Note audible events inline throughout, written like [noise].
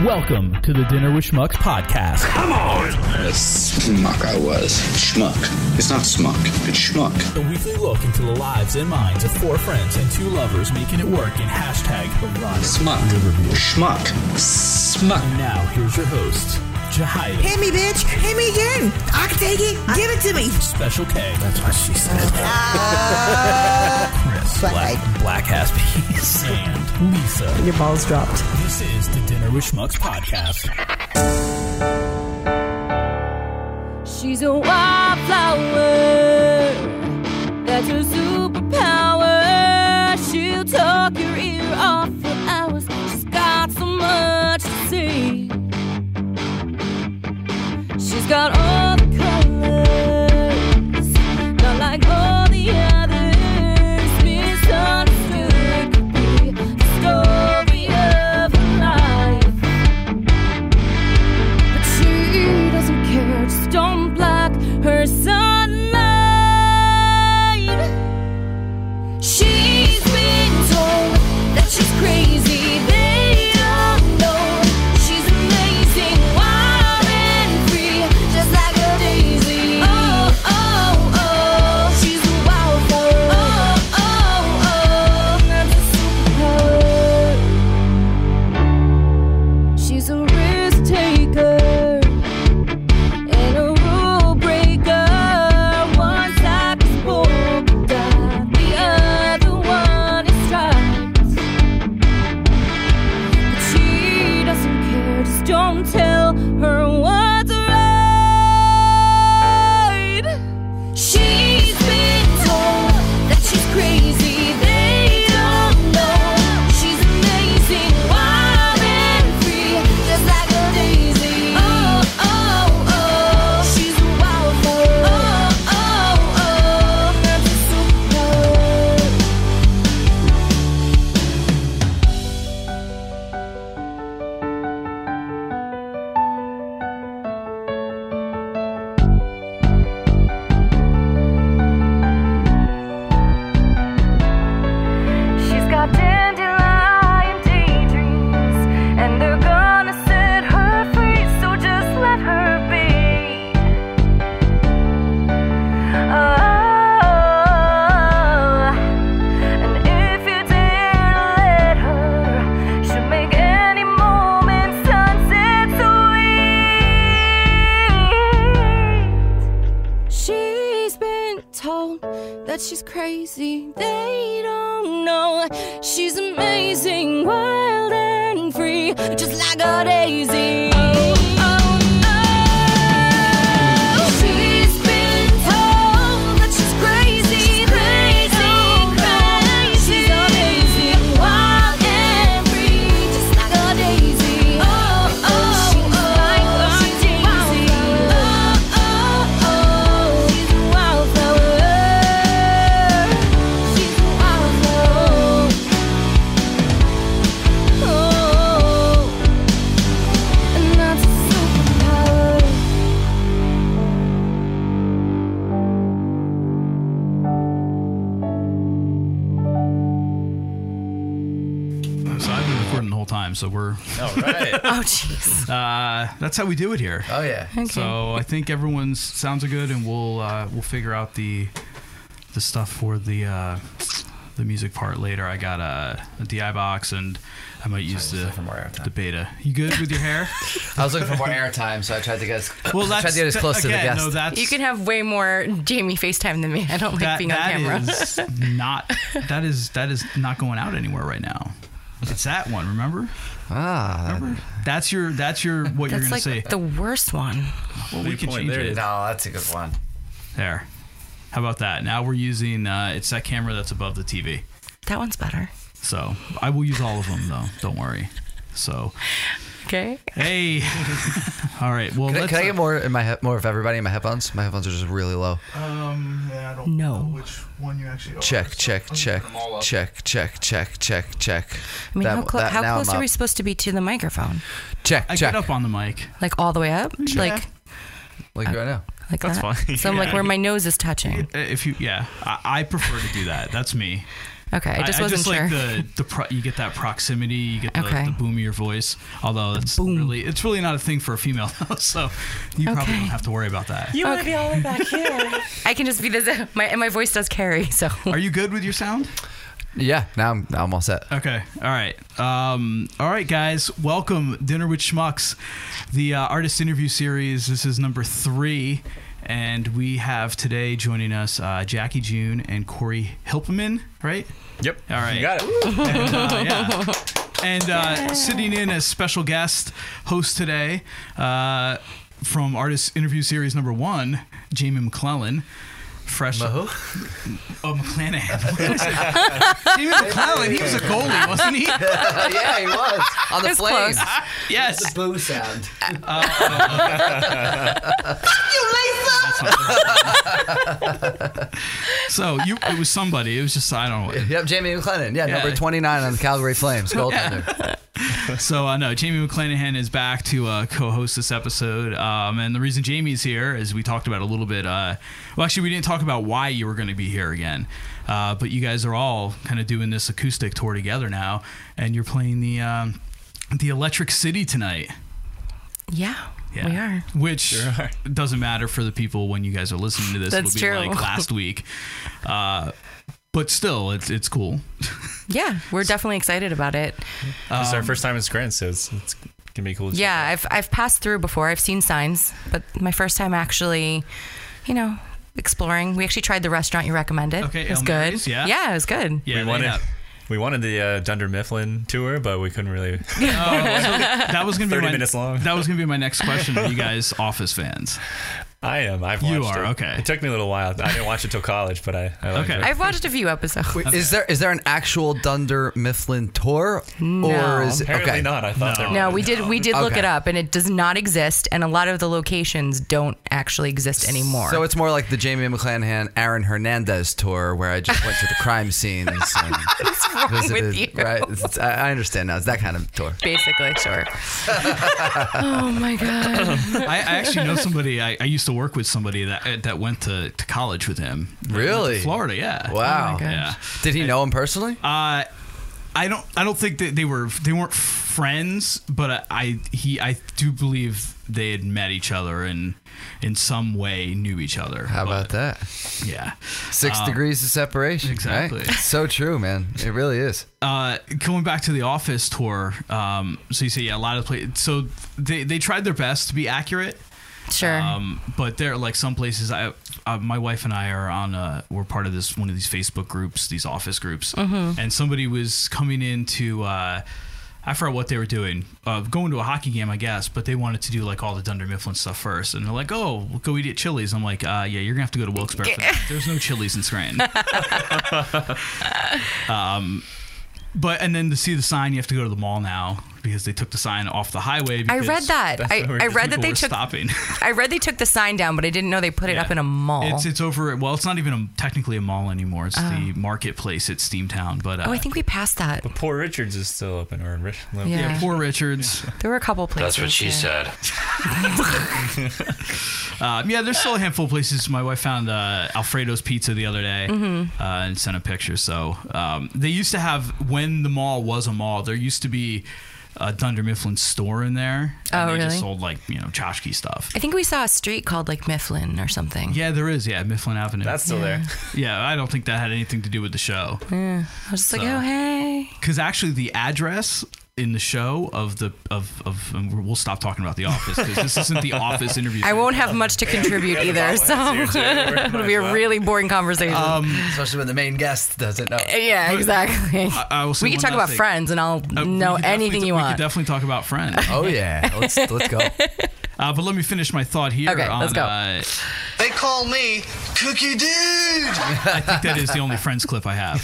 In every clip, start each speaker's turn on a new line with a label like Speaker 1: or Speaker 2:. Speaker 1: Welcome to the Dinner with Schmucks podcast.
Speaker 2: Come on!
Speaker 3: Schmuck I was. Schmuck. It's not smuck, it's schmuck.
Speaker 1: A weekly look into the lives and minds of four friends and two lovers making it work in hashtag Erotic
Speaker 3: Smuck.
Speaker 1: Riverview.
Speaker 3: Schmuck. Smuck.
Speaker 1: And now, here's your host, Jahida,
Speaker 4: Hit me, bitch. Hit me again. I can take it. Give it to me. Ah.
Speaker 1: Special K. That's what she said. Chris,
Speaker 4: Black
Speaker 1: Black, Black Ass Peas, and Lisa.
Speaker 4: Your balls dropped.
Speaker 1: This is the Dinner with Schmucks podcast.
Speaker 5: She's a wildflower. That's her superpower. She'll talk your ear off for hours. She's got so much to say. She's got all the colors, not like all the others. Misunderstood could be the story of her life. But she doesn't care, just don't block her sunlight. She's been told that she's crazy. They don't know she's amazing, wild and free, just like a daisy. Oh, oh, oh, she's a wildflower. Oh, oh, oh, that's a superpower. She's a risk taker and a rule breaker. One side is polka dot, the other one is striped. But she doesn't care, just don't tell her what's right. She's been told that she's crazy. They don't know she's amazing, wild and free, just like a daisy. Oh oh oh, she's a wildflower. Oh oh oh, that's a superpower. She's got dandelion daydreams, and they're gonna set her free, so just let her be. Oh, and if you dare to let her, she'll make any moment sunset sweet. She's been told that she's crazy. They don't know she's amazing, wild and free, just like a daisy. Oh, oh, oh. She's been told that she's crazy. They She's amazing, wild and free, just like a daisy. Oh, oh, oh, she's a wildflower. Oh, oh, oh, she's a wildflower. She's a wildflower. Oh, and that's a superpower.
Speaker 6: So I've been recording the whole time, so we're
Speaker 7: All right.
Speaker 4: Oh, jeez.
Speaker 6: uh, that's how we do it here.
Speaker 7: [laughs] Oh yeah.
Speaker 6: So I think everyone's sounds are good, and we'll uh, we'll figure out the the stuff for the uh, the music part later. I got a, a DI box, and I might use
Speaker 7: Sorry,
Speaker 6: the
Speaker 7: just looking for more airtime.
Speaker 6: the beta. You good with your
Speaker 7: [laughs]
Speaker 6: hair?
Speaker 7: I was looking for more airtime, so I tried to get as, tried to get as close to the
Speaker 6: again,
Speaker 7: guest.
Speaker 6: No, that's
Speaker 8: You can have way more Jamie FaceTime than me. I don't like
Speaker 6: that,
Speaker 8: being on
Speaker 6: that
Speaker 8: camera. [laughs]
Speaker 6: is not that is that is not going out anywhere right now. It's that one, remember?
Speaker 7: ah,
Speaker 6: Remember? That's your that's your what you're
Speaker 8: That's
Speaker 6: gonna
Speaker 8: like
Speaker 6: say.
Speaker 8: the worst one.
Speaker 6: well, we can
Speaker 7: Boy,
Speaker 6: change
Speaker 7: there
Speaker 6: it.
Speaker 7: is. No, that's a good one.
Speaker 6: There. How about that? Now we're using uh, it's that camera that's above the TV.
Speaker 8: That one's better.
Speaker 6: So I will use all of them though. Don't worry. So
Speaker 8: Okay.
Speaker 6: hey, [laughs] all right. Well,
Speaker 7: Can, I-
Speaker 6: let's. uh,
Speaker 7: can I get more in my he- more of everybody in my headphones? My headphones are just really low.
Speaker 6: um, yeah, I don't
Speaker 8: No.
Speaker 6: which one you actually.
Speaker 7: Check, check, check, check, check, check, check, check.
Speaker 8: I mean,
Speaker 7: That-
Speaker 8: how, clo-
Speaker 7: that-
Speaker 8: how
Speaker 7: now
Speaker 8: close
Speaker 7: I'm
Speaker 8: are we
Speaker 7: up.
Speaker 8: supposed to be to the microphone?
Speaker 7: Check,
Speaker 6: I
Speaker 7: check.
Speaker 6: get up on the mic.
Speaker 8: Like all the way up? Like,
Speaker 7: Like right now.
Speaker 8: like
Speaker 9: That's
Speaker 8: that?
Speaker 9: fine.
Speaker 8: So I'm like
Speaker 6: Yeah.
Speaker 8: where my nose is touching.
Speaker 6: Uh, If you, yeah, I, I prefer to do that. That's me.
Speaker 8: Okay, I just wasn't
Speaker 6: like
Speaker 8: sure.
Speaker 6: the the pro- you get that proximity, you get the,
Speaker 8: Okay.
Speaker 6: the boom of your voice. Although it's really it's really not a thing for a female, [laughs] though, so you probably
Speaker 8: Okay.
Speaker 6: don't have to worry about that.
Speaker 2: You want to be all the way back here.
Speaker 8: [laughs] I can just be this. My and my voice does carry. So [laughs]
Speaker 6: Are you good with your sound?
Speaker 7: Yeah, [laughs] now I'm, now I'm all set.
Speaker 6: Okay. All right. Um, all right, guys. Welcome dinner with schmucks, the uh, artist interview series. This is number three, and we have today joining us uh, Jackie June and Corey Hilpeman. Right.
Speaker 7: Yep.
Speaker 6: All right.
Speaker 7: You got it.
Speaker 6: Uh, yeah. And uh, sitting in as special guest host today uh, from artist interview series number one, Jamie McClellan. Fresh.
Speaker 7: Who?
Speaker 6: Oh, McClanahan. [laughs] Jamie McClellan. He was a goalie, wasn't he?
Speaker 7: [laughs] yeah, he was. On the
Speaker 8: It's
Speaker 7: plane.
Speaker 8: close.
Speaker 6: Yes. [laughs]
Speaker 7: Boo sound.
Speaker 6: So you, it was somebody. It was just I don't know.
Speaker 7: Yep, Jamie McLennan. Yeah, number 29 on the Calgary Flames, goaltender.
Speaker 6: So uh, no, Jamie McClanahan is back to uh, co-host this episode, um, and the reason Jamie's here is we talked about a little bit. Uh, well, actually, we didn't talk about why you were going to be here again, uh, but you guys are all kind of doing this acoustic tour together now, and you're playing the um, the Electric City tonight.
Speaker 8: yeah,
Speaker 6: Yeah.
Speaker 8: we are.
Speaker 6: Which doesn't matter for the people when you guys are listening to this.
Speaker 8: That's
Speaker 6: It'll be
Speaker 8: true.
Speaker 6: like
Speaker 8: [laughs]
Speaker 6: last week. Uh, but still, it's it's cool.
Speaker 8: Yeah, we're definitely excited about it.
Speaker 9: it's our first time in Scranton, so it's, it's gonna be cool. to check
Speaker 8: Yeah, I've I've passed through before. I've seen signs, but my first time actually, you know, exploring. We actually tried the restaurant you recommended.
Speaker 6: Okay,
Speaker 8: it was
Speaker 6: El
Speaker 8: good.
Speaker 6: Mary's, yeah.
Speaker 8: it was good.
Speaker 6: Yeah,
Speaker 9: [laughs] we
Speaker 6: they
Speaker 9: wanted
Speaker 6: have-
Speaker 9: we wanted the uh, Dunder Mifflin tour, but we couldn't really.
Speaker 6: That was
Speaker 9: [laughs]
Speaker 6: gonna be
Speaker 9: 30
Speaker 6: my,
Speaker 9: minutes long.
Speaker 6: That was gonna be my next question.
Speaker 9: [laughs]
Speaker 6: Are you guys Office fans?
Speaker 9: I am. I've watched
Speaker 6: You are,
Speaker 9: it.
Speaker 6: okay.
Speaker 9: It took me a little while. I didn't watch it till college, but I, I liked
Speaker 6: Okay.
Speaker 9: it.
Speaker 8: I've watched a few episodes.
Speaker 7: Is there is there an actual Dunder Mifflin tour? Or is it,
Speaker 9: Apparently
Speaker 7: okay.
Speaker 9: not. I thought
Speaker 8: [laughs]
Speaker 9: there
Speaker 8: No,
Speaker 9: was.
Speaker 6: Oh,
Speaker 8: we did we did look
Speaker 7: Okay.
Speaker 8: it up, and it does not exist, and a lot of the locations don't actually exist anymore.
Speaker 7: So it's more like the Jamie McClanahan, Aaron Hernandez tour, where I just went to the crime scenes and
Speaker 8: What's wrong
Speaker 7: visited.
Speaker 8: with you?
Speaker 7: Right? It's- I I understand now. It's that kind of tour.
Speaker 8: [laughs] Basically, sure.
Speaker 6: [laughs]
Speaker 8: oh my god.
Speaker 6: I, I actually
Speaker 8: [laughs]
Speaker 6: know somebody. I, I used to work with somebody that that went to, to college with him.
Speaker 7: Really?
Speaker 6: Florida, yeah.
Speaker 7: Wow.
Speaker 8: Oh my God.
Speaker 6: Yeah.
Speaker 7: Did he know him personally?
Speaker 6: Uh, I don't. I don't think that they were. They weren't friends, but I, I. He. I do believe they had met each other and in some way knew each other.
Speaker 7: How about
Speaker 6: But,
Speaker 7: that?
Speaker 6: Yeah.
Speaker 7: Six degrees of separation.
Speaker 6: exactly.
Speaker 7: Right? So true, man. It really is.
Speaker 6: uh, going back to the office tour, um, so you say yeah, a lot of places. So they, they tried their best to be accurate,
Speaker 8: Sure.
Speaker 6: um, but there are like some places. I, uh, my wife and I are on. A, we're part of this one of these Facebook groups, these office groups,
Speaker 8: Mm-hmm.
Speaker 6: and somebody was coming in to. Uh, I forgot what they were doing. Uh, going to a hockey game, I guess, but they wanted to do like all the Dunder Mifflin stuff first, and they're like, "Oh, we'll go eat at Chili's." I'm like, uh, "Yeah, you're gonna have to go to Wilkes-Barre. for that. There's no Chili's in
Speaker 8: [laughs]
Speaker 6: Scranton." Um, But and then to see the sign, you have to go to the mall now because they took the sign off the highway.
Speaker 8: I
Speaker 6: because
Speaker 8: read that.
Speaker 9: that's
Speaker 8: I,
Speaker 9: where
Speaker 8: I read
Speaker 6: people
Speaker 8: that they
Speaker 6: were
Speaker 8: took
Speaker 6: stopping.
Speaker 8: I read they took the sign down, but I didn't know they put it up in a mall.
Speaker 6: It's it's over. Well, it's not even a, technically a mall anymore. It's the marketplace at Steamtown. But uh,
Speaker 8: oh, I think we passed that.
Speaker 9: Poor Richards is still open, or in Richmond.
Speaker 8: Yeah.
Speaker 6: yeah, poor Richards.
Speaker 8: [laughs] There were a couple places.
Speaker 10: That's what she
Speaker 8: yeah.
Speaker 10: said.
Speaker 6: Um, yeah, there's still a handful of places. My wife found uh, Alfredo's Pizza the other day
Speaker 8: Mm-hmm.
Speaker 6: uh, and sent a picture. So um, they used to have when the mall was a mall. There used to be a Dunder Mifflin store in there. and
Speaker 8: Oh,
Speaker 6: they Just
Speaker 8: really?
Speaker 6: sold like you know tchotchke stuff.
Speaker 8: I think we saw a street called like Mifflin or something.
Speaker 6: Yeah, there is. Yeah, Mifflin Avenue.
Speaker 9: That's still there.
Speaker 6: yeah. I don't think that had anything to do with the show.
Speaker 8: I was just like,
Speaker 6: So-
Speaker 8: oh hey.
Speaker 6: because actually the address in the show of the of of and we'll stop talking about the office because this isn't the office interview.
Speaker 8: [laughs] I won't have much to contribute either, so [laughs] it'll be a really boring conversation.
Speaker 6: Um,
Speaker 7: Especially when the main guest doesn't know.
Speaker 8: yeah, exactly.
Speaker 6: I will say
Speaker 8: we can
Speaker 6: one
Speaker 8: talk
Speaker 6: last
Speaker 8: about
Speaker 6: thing.
Speaker 8: friends, and I'll
Speaker 6: Uh, we
Speaker 8: know
Speaker 6: could definitely
Speaker 8: anything
Speaker 6: t-
Speaker 8: you
Speaker 6: we
Speaker 8: want.
Speaker 6: could definitely talk about
Speaker 8: [laughs]
Speaker 6: friends.
Speaker 7: Oh yeah. Let's let's go.
Speaker 6: Uh, but let me finish my thought here.
Speaker 8: Okay,
Speaker 6: on,
Speaker 8: let's go.
Speaker 6: Uh,
Speaker 3: They call me Cookie Dude.
Speaker 6: I think that is the only friends clip I
Speaker 8: [laughs]
Speaker 6: have.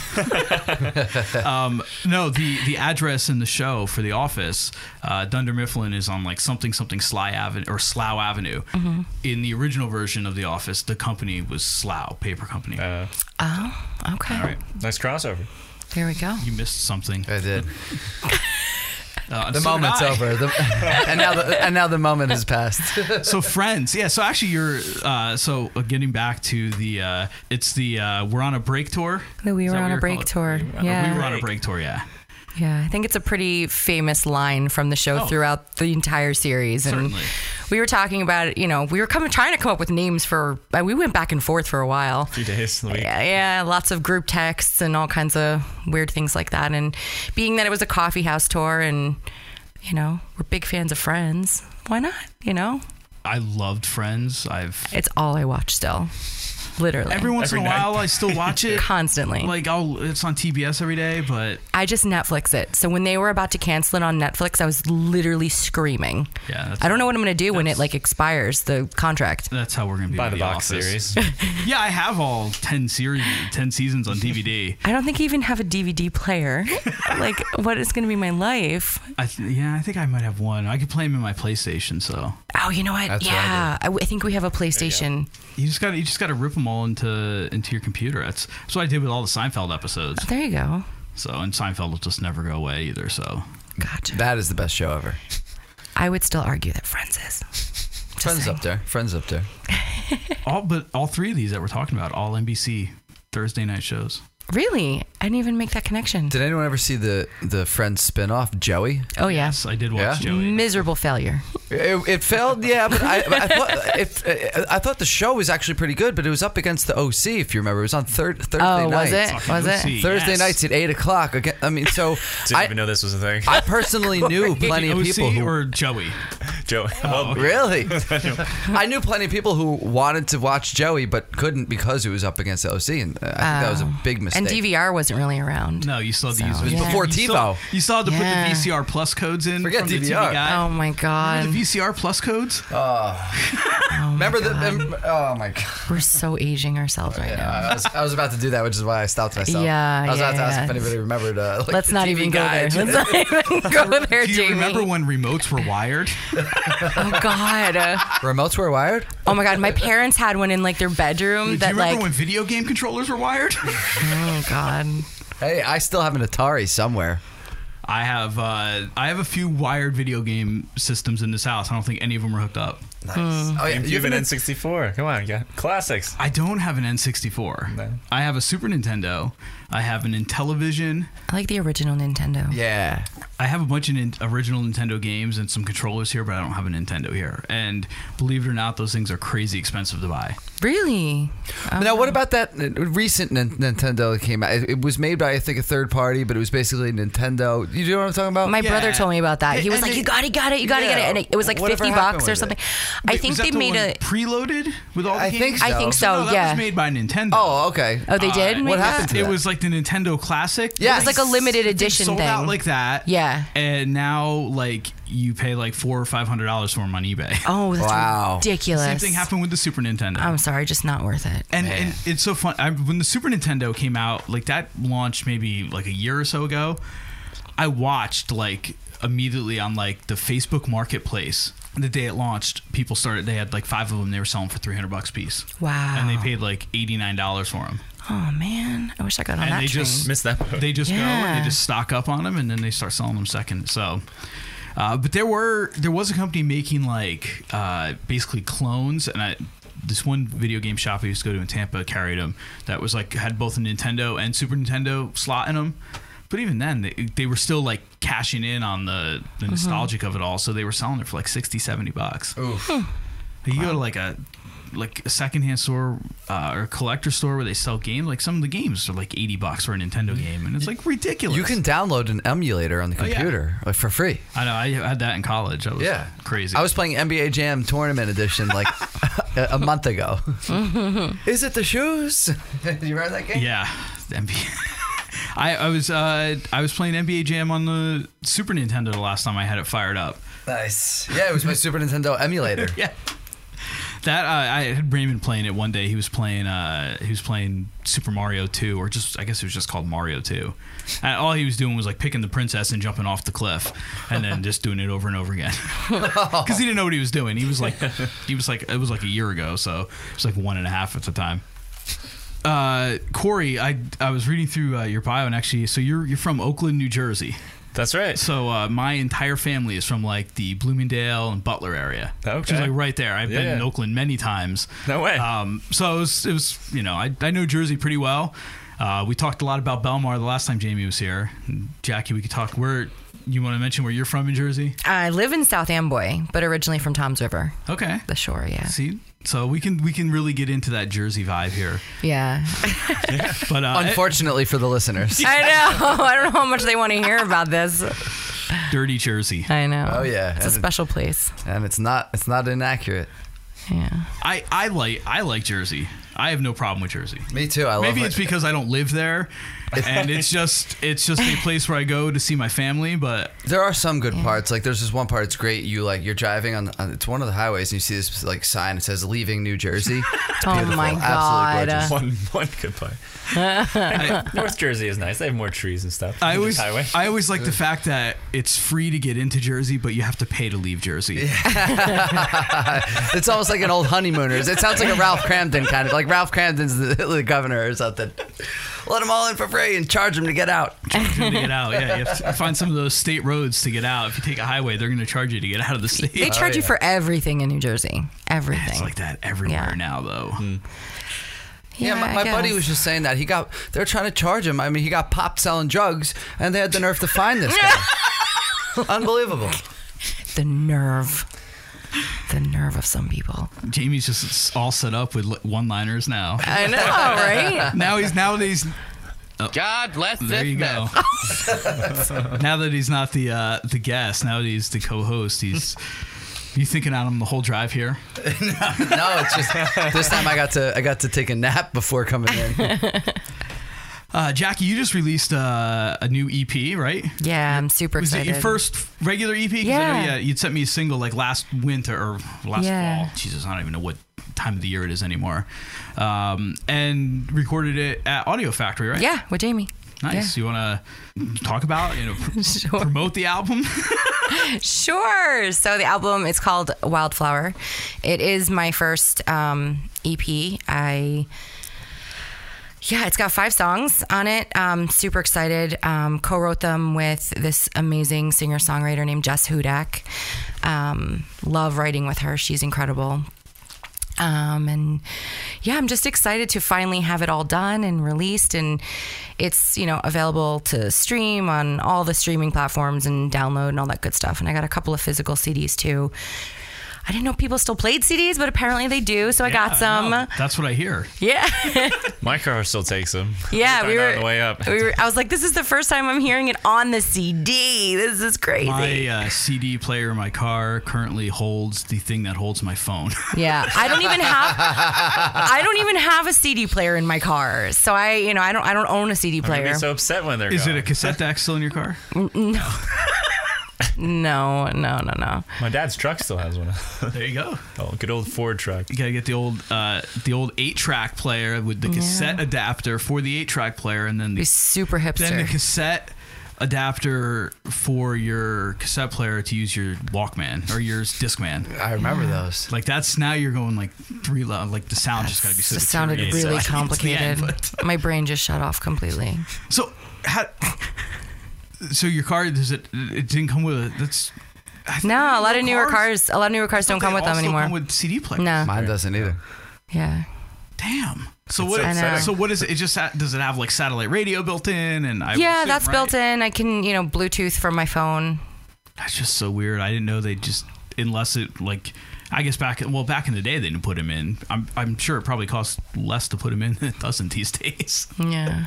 Speaker 6: um, no, the the address in the show for the office, uh, Dunder Mifflin is on like something something Sly Avenue or Slough Avenue.
Speaker 8: Mm-hmm.
Speaker 6: In the original version of the office, the company was Slough Paper Company.
Speaker 9: Uh,
Speaker 8: oh, okay.
Speaker 9: nice crossover.
Speaker 8: There we go.
Speaker 6: you missed something.
Speaker 7: I did.
Speaker 6: Uh, and
Speaker 7: The
Speaker 6: so did
Speaker 7: moment's
Speaker 6: I.
Speaker 7: over. The, [laughs] and now the and now the moment has passed. [laughs]
Speaker 6: so friends yeah so actually you're uh so uh, getting back to the uh it's the uh we're on a break tour
Speaker 8: The We
Speaker 6: Is
Speaker 8: Were
Speaker 6: that
Speaker 8: on
Speaker 6: what
Speaker 8: a
Speaker 6: you're
Speaker 8: Break
Speaker 6: called?
Speaker 8: tour.
Speaker 6: We Were on a-
Speaker 8: Yeah.
Speaker 6: we were on a break tour yeah
Speaker 8: Yeah, I think it's a pretty famous line from the show
Speaker 6: Oh.
Speaker 8: throughout the entire series. And
Speaker 6: Certainly.
Speaker 8: we were talking about it, you know, we were coming, trying to come up with names for, uh, we went back and forth for a while.
Speaker 9: few days. Like,
Speaker 8: Yeah, yeah, lots of group texts and all kinds of weird things like that. And being that it was a coffee house tour and, you know, we're big fans of Friends, why not? You know,
Speaker 6: i loved friends i've
Speaker 8: it's all I watch still, literally.
Speaker 6: every once in a
Speaker 9: Every night.
Speaker 6: while i still watch
Speaker 8: [laughs]
Speaker 6: it
Speaker 8: Constantly.
Speaker 6: like i'll it's on tbs every day but
Speaker 8: I just Netflix it. So when they were about to cancel it on Netflix, I was literally screaming.
Speaker 6: Yeah, that's-
Speaker 8: I don't know what I'm going to do when it
Speaker 6: that's-
Speaker 8: like expires the contract.
Speaker 6: that's how we're gonna be
Speaker 9: [laughs] By
Speaker 6: with
Speaker 9: the box
Speaker 6: Office.
Speaker 9: series.
Speaker 6: yeah i have all 10 series 10 seasons on
Speaker 8: [laughs]
Speaker 6: dvd
Speaker 8: I don't think I even have a DVD player. like what is going to be my life?
Speaker 6: i th- yeah i think i might have one i could play them in my playstation so
Speaker 8: Oh, you know what?
Speaker 7: That's what I
Speaker 8: yeah. I, w- I think we have a PlayStation.
Speaker 6: you just gotta you just gotta rip them all into into your computer that's that's what i did with all the seinfeld episodes
Speaker 8: There you go.
Speaker 6: So and Seinfeld will just never go away either. So
Speaker 8: Gotcha.
Speaker 7: That is the best show ever.
Speaker 8: I would still argue that Friends is. Just
Speaker 7: Friends
Speaker 8: saying.
Speaker 7: up there. Friends up there.
Speaker 6: all but all three of these that we're talking about, all NBC Thursday night shows.
Speaker 8: Really? I didn't even make that connection.
Speaker 7: Did anyone ever see the the Friends spinoff Joey?
Speaker 8: oh yeah.
Speaker 6: Yes, I did watch
Speaker 7: Yeah? Mm,
Speaker 6: Joey.
Speaker 8: Miserable failure.
Speaker 7: It, it failed, yeah, but I, I thought it, I thought the show was actually pretty good, but it was up against the OC. If you remember, it was on thir- Thursday
Speaker 8: Oh,
Speaker 7: nights.
Speaker 8: was it?
Speaker 6: Fucking
Speaker 8: Was it?
Speaker 6: OC.
Speaker 7: Thursday
Speaker 6: Yes.
Speaker 7: nights at eight o'clock. Again, I mean, so
Speaker 9: [laughs] Didn't
Speaker 7: I,
Speaker 9: even know this was a thing.
Speaker 7: I personally knew plenty of
Speaker 6: OC
Speaker 7: people who
Speaker 6: or Joey.
Speaker 9: [laughs] Joe,
Speaker 7: Oh, [laughs]
Speaker 9: well,
Speaker 7: really. I knew plenty of people who wanted to watch Joey but couldn't because it was up against the OC, and uh, I think that was a big mistake.
Speaker 8: Oh. And DVR wasn't really around.
Speaker 6: No, you still had to use
Speaker 8: So,
Speaker 6: it
Speaker 8: yeah.
Speaker 7: Before
Speaker 6: you Still,
Speaker 7: TiVo.
Speaker 6: you still had to
Speaker 8: Yeah.
Speaker 6: put the VCR plus codes in.
Speaker 7: Forget
Speaker 6: from the
Speaker 7: DVR.
Speaker 6: TV guy.
Speaker 8: Oh my god.
Speaker 6: the VCR plus codes.
Speaker 7: Oh, Remember the? um, oh my god!
Speaker 8: We're so aging ourselves right now.
Speaker 7: I was, I was about to do that, which is why I stopped myself.
Speaker 8: Yeah,
Speaker 7: I was
Speaker 8: yeah,
Speaker 7: about to ask
Speaker 8: yeah.
Speaker 7: if anybody remembered. Uh, like
Speaker 8: Let's
Speaker 7: the
Speaker 8: not
Speaker 7: TV
Speaker 8: even go
Speaker 7: [laughs]
Speaker 8: there.
Speaker 7: guide.
Speaker 8: Let's not even go
Speaker 6: [laughs]
Speaker 8: there,
Speaker 6: Do you
Speaker 8: Jamie.
Speaker 6: remember when remotes were wired?
Speaker 8: [laughs] oh God. Uh,
Speaker 6: [laughs]
Speaker 7: Remotes were wired.
Speaker 8: Oh my God. My parents had one in like their bedroom
Speaker 6: Do you
Speaker 8: that
Speaker 6: remember
Speaker 8: like.
Speaker 6: when video game controllers were wired? [laughs]
Speaker 8: oh God.
Speaker 7: Hey, I still have an Atari somewhere.
Speaker 6: I have uh, I have a few wired video game systems in this house. I don't think any of them were hooked up. Mm-hmm.
Speaker 7: Oh yeah,
Speaker 9: you have an
Speaker 7: been-
Speaker 9: N64. Come on, yeah. classics.
Speaker 6: I don't have an N64.
Speaker 9: No.
Speaker 6: I have a Super Nintendo. I have an Intellivision.
Speaker 8: I like the original Nintendo.
Speaker 7: Yeah,
Speaker 6: I have a bunch of nin- original Nintendo games and some controllers here, but I don't have a Nintendo here. And believe it or not, those things are crazy expensive to buy.
Speaker 8: Really?
Speaker 7: now, what about that uh, recent Nin- Nintendo that came out? It, it was made by, I think, a third party, but it was basically Nintendo. You know what I'm talking about?
Speaker 8: My
Speaker 6: Yeah.
Speaker 8: brother told me about that. He
Speaker 6: And-
Speaker 8: was
Speaker 6: and
Speaker 8: like,
Speaker 6: it-
Speaker 8: "You got to get it. You got to get it."
Speaker 7: Yeah.
Speaker 8: And it, it was like
Speaker 7: Whatever
Speaker 8: fifty
Speaker 7: happened
Speaker 8: bucks or
Speaker 7: with it?
Speaker 8: something. I
Speaker 6: Wait,
Speaker 8: think
Speaker 6: was that
Speaker 8: they
Speaker 6: the
Speaker 8: made
Speaker 6: one
Speaker 8: a.
Speaker 6: preloaded with all the
Speaker 7: I
Speaker 6: games?
Speaker 7: think so.
Speaker 8: I think so.
Speaker 6: No, that
Speaker 8: yeah.
Speaker 6: was made by Nintendo. Uh,
Speaker 7: oh, okay.
Speaker 8: oh, they did.
Speaker 7: what
Speaker 8: make that?
Speaker 7: happened to
Speaker 6: It
Speaker 7: that?
Speaker 6: was like the Nintendo Classic.
Speaker 7: Yeah.
Speaker 8: It was like a limited
Speaker 6: They
Speaker 8: edition
Speaker 6: sold
Speaker 8: thing.
Speaker 6: out like that.
Speaker 8: Yeah.
Speaker 6: And now, like, you pay like four or five hundred dollars for them on eBay.
Speaker 8: oh, that's
Speaker 7: Wow.
Speaker 8: ridiculous.
Speaker 6: Same thing happened with the Super Nintendo.
Speaker 8: I'm sorry, just not worth it.
Speaker 6: And, and it's so fun. I, when the Super Nintendo came out, like that launched maybe like a year or so ago, I watched like immediately on like the Facebook Marketplace the day it launched. People started. They had like five of them. They were selling for three hundred bucks a piece.
Speaker 8: Wow.
Speaker 6: And they paid like eighty nine dollars for them.
Speaker 8: Oh man, I wish I got on
Speaker 6: And
Speaker 8: that
Speaker 6: they
Speaker 8: train.
Speaker 6: just
Speaker 9: Missed that boat.
Speaker 6: They just go.
Speaker 8: Yeah.
Speaker 6: and They just stock up on them, and then they start selling them second. So. Uh, but there were there was a company making like uh, basically clones, and I, this one video game shop I used to go to in Tampa carried them. That was like had both a Nintendo and Super Nintendo slot in them. But even then, they, they were still like cashing in on the, the
Speaker 8: Mm-hmm.
Speaker 6: nostalgic of it all, so they were selling it for like 60, 70 bucks. You go to like a like a secondhand store uh, or a collector store where they sell games. Like some of the games are like eighty bucks for a Nintendo game, and it's like ridiculous.
Speaker 7: you can download an emulator on the
Speaker 6: Oh, yeah.
Speaker 7: computer like, for free.
Speaker 6: I know. I had that in college. I was
Speaker 7: Yeah,
Speaker 6: crazy.
Speaker 7: I was playing NBA Jam Tournament Edition like [laughs] a, a month
Speaker 8: [laughs]
Speaker 7: ago. Is it the shoes? [laughs] Do you remember that
Speaker 6: [laughs]
Speaker 7: game?
Speaker 6: yeah. The NBA. [laughs] I, I was uh, I was playing NBA Jam on the Super Nintendo the last time I had it fired up.
Speaker 7: Nice. Yeah, it was my Super Nintendo emulator.
Speaker 6: [laughs]
Speaker 7: [laughs]
Speaker 6: Yeah. That uh, I had Raymond playing it one day. He was playing uh, he was playing Super Mario Two, or just I guess it was just called Mario Two. And all he was doing was like picking the princess and jumping off the cliff, and then just doing it over and over again [laughs] because he didn't know what he was doing. He was like he was like it was like a year ago, so it was like one and a half at the time. Uh, Corey, I I was reading through uh, your bio and actually, so you're you're from Oakland, New Jersey.
Speaker 9: That's right.
Speaker 6: So uh, my entire family is from like the Bloomingdale and Butler area, which is
Speaker 9: Okay.
Speaker 6: like right there. I've been
Speaker 9: Yeah.
Speaker 6: in Oakland many times.
Speaker 9: No way.
Speaker 6: Um, so it was, it was, you know, I, I know Jersey pretty well. Uh, we talked a lot about Belmar the last time Jamie was here. Jackie, we could talk. Where you want to mention where you're from in Jersey?
Speaker 8: I live in South Amboy, but originally from Tom's River,
Speaker 6: Okay.
Speaker 8: the shore. Yeah.
Speaker 6: See, so we can we can really get into that Jersey vibe here. [laughs]
Speaker 8: Yeah.
Speaker 6: But uh,
Speaker 7: Unfortunately for the listeners.
Speaker 6: [laughs]
Speaker 8: I know. I don't know how much they want to hear about this.
Speaker 6: dirty Jersey.
Speaker 8: I know.
Speaker 7: Oh, yeah.
Speaker 8: It's a special place.
Speaker 7: and it's not it's not inaccurate.
Speaker 8: Yeah.
Speaker 6: I, I like I like Jersey. I have no problem with Jersey.
Speaker 7: Me too. I love
Speaker 6: Maybe
Speaker 7: it.
Speaker 6: it's because I don't live there, and it's just it's just a place where I go to see my family. But
Speaker 7: There are some good parts. Like there's this one part. It's great. You like you're driving on, on it's one of the highways and you see this like sign. It says leaving New Jersey.
Speaker 8: [laughs]
Speaker 7: It's
Speaker 8: Oh,
Speaker 7: beautiful,
Speaker 8: my
Speaker 7: absolutely
Speaker 8: God.
Speaker 7: gorgeous.
Speaker 9: one one good
Speaker 8: [laughs]
Speaker 9: part. North Jersey is nice. They have more trees and stuff.
Speaker 6: I
Speaker 9: Just
Speaker 6: always
Speaker 9: highway.
Speaker 6: I always like the fact that it's free to get into Jersey, but you have to pay to leave Jersey.
Speaker 7: It's almost like an old honeymooners. It sounds like a Ralph Cramden kind of like Ralph Cramden's the, the governor or something. Let them all in for free and charge them to get out.
Speaker 6: to get out, yeah, you have to find some of those state roads to get out. If you take a highway, they're going to charge you to get out of the state.
Speaker 8: They charge you for everything in New Jersey. Everything.
Speaker 6: it's like that everywhere
Speaker 8: Yeah.
Speaker 6: now, though.
Speaker 7: Yeah,
Speaker 8: I
Speaker 7: my, my buddy
Speaker 8: guess.
Speaker 7: was just saying that he got. They're trying to charge him. I mean, he got popped selling drugs, and they had the nerve to find this
Speaker 8: [laughs]
Speaker 7: guy. Unbelievable.
Speaker 8: the nerve. The nerve of some people.
Speaker 6: Jamie's just all set up with one-liners now.
Speaker 8: I know, right?
Speaker 6: now he's nowadays
Speaker 10: God bless
Speaker 6: There you go. [laughs] now that he's not the uh, the guest, now that he's the co-host, he's [laughs] you thinking on him the whole drive here.
Speaker 7: No, it's just this time I got to I got to take a nap before coming
Speaker 8: [laughs]
Speaker 7: in.
Speaker 6: Uh, Jackie, you just released uh, a new EP, right?
Speaker 8: [laughs] Yeah, I'm super
Speaker 6: Was
Speaker 8: excited.
Speaker 6: it your first regular EP? 'Cause I know,
Speaker 8: Yeah.
Speaker 6: yeah. You'd sent me a single like last winter or last
Speaker 8: Yeah.
Speaker 6: fall. Jesus, I don't even know what time of the year it is anymore. Um, and recorded it at Audio Factory, right?
Speaker 8: Yeah, with Jamie.
Speaker 6: Nice. You want to talk about
Speaker 8: [laughs]
Speaker 6: you know pr-
Speaker 8: Sure.
Speaker 6: promote the album? [laughs]
Speaker 8: Sure. So the album it's called Wildflower. It is my first um, EP. I yeah, it's got five songs on it. Um, super excited. Um, co-wrote them with this amazing singer-songwriter named Jess Hudak. Um, love writing with her. She's incredible. Um, and yeah, I'm just excited to finally have it all done and released. And it's, you know, available to stream on all the streaming platforms and download and all that good stuff. And I got a couple of physical CDs too. I didn't know people still played CDs, but apparently they do. So I got some.
Speaker 6: No, that's what I hear.
Speaker 8: [laughs] Yeah.
Speaker 9: My car still takes them.
Speaker 8: Yeah.
Speaker 9: Found
Speaker 8: We
Speaker 9: out
Speaker 8: were,
Speaker 9: on the way up.
Speaker 8: we were, I was like, this is the first time I'm hearing it on the CD. This is crazy.
Speaker 6: My uh, CD player in my car currently holds the thing that holds my phone. [laughs]
Speaker 8: Yeah, I don't even have I don't even have a CD player in my car. So I, you know, I don't I don't own a CD
Speaker 9: I'm gonna
Speaker 8: player.
Speaker 9: be so upset when they're
Speaker 6: Is
Speaker 9: gone.
Speaker 6: it a cassette deck still in your car?
Speaker 8: no, no, no, no.
Speaker 9: My dad's truck still has [laughs] one.
Speaker 6: [laughs] There you go.
Speaker 9: oh, good old Ford truck.
Speaker 6: You gotta get the old uh, the old eight track player with the cassette adapter for the eight track player, and then
Speaker 8: Be
Speaker 6: the,
Speaker 8: super
Speaker 6: then the
Speaker 8: hipster.
Speaker 6: cassette adapter for your cassette player to use your Walkman or your Discman.
Speaker 7: I remember those.
Speaker 6: Like that's now you're going like three low. Like the sound just gotta be so.
Speaker 8: It sounded
Speaker 6: deteriorated.
Speaker 8: really
Speaker 6: [laughs] It's the
Speaker 8: complicated.
Speaker 6: input.
Speaker 8: My brain just shut off completely.
Speaker 6: So how? So your car does it? It didn't come with a. That's I think
Speaker 8: No, a lot
Speaker 6: new
Speaker 8: of newer cars, a lot of newer cars don't
Speaker 6: They
Speaker 8: come with them
Speaker 6: also
Speaker 8: anymore.
Speaker 6: Come with CD players.
Speaker 8: no.
Speaker 7: Mine doesn't either.
Speaker 8: Yeah.
Speaker 6: Damn. So what?
Speaker 9: so
Speaker 8: I know.
Speaker 6: so what is it? It just ha- does it have like satellite radio built in? And I would
Speaker 8: Yeah,
Speaker 6: assume,
Speaker 8: that's
Speaker 6: right?
Speaker 8: built in. I can, you know, Bluetooth from my phone.
Speaker 6: That's just so weird. I didn't know they just unless it like. I guess back well back in the day they didn't put them in. I'm I'm sure it probably costs less to put them in than it doesn't these [laughs] days.
Speaker 8: Yeah.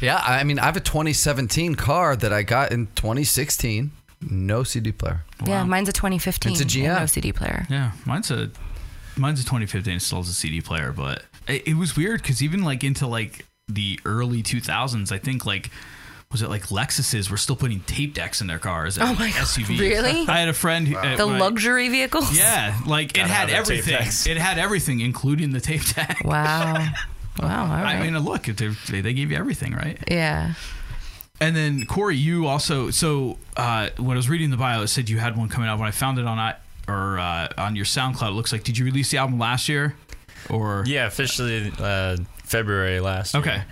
Speaker 7: Yeah, I mean, I have a 2017 car that I got in 2016. No CD player.
Speaker 8: Yeah, mine's a 2015.
Speaker 7: It's a GM.
Speaker 8: No CD player.
Speaker 6: Yeah, mine's a mine's a 2015 still has a CD player, but it, it was weird because even like into like the early 2000s, I think like was it like Lexuses were still putting tape decks in their cars? Oh
Speaker 8: my God,
Speaker 6: SUVs.
Speaker 8: really?
Speaker 6: [laughs] I had a friend who uh,
Speaker 8: The
Speaker 6: when I-
Speaker 8: luxury vehicles.
Speaker 6: Yeah, like it had
Speaker 9: have the tape
Speaker 6: everything.
Speaker 9: decks.
Speaker 6: It had everything, including the tape deck.
Speaker 8: [laughs] Wow. Wow. All right.
Speaker 6: I mean, look, they they gave you everything, right?
Speaker 8: yeah.
Speaker 6: And then Corey, you also so uh, when I was reading the bio, it said you had one coming out. When I found it on I or uh, on your SoundCloud, it looks like did you release the album last year? Or
Speaker 9: Yeah, officially uh, February last. year.
Speaker 6: okay,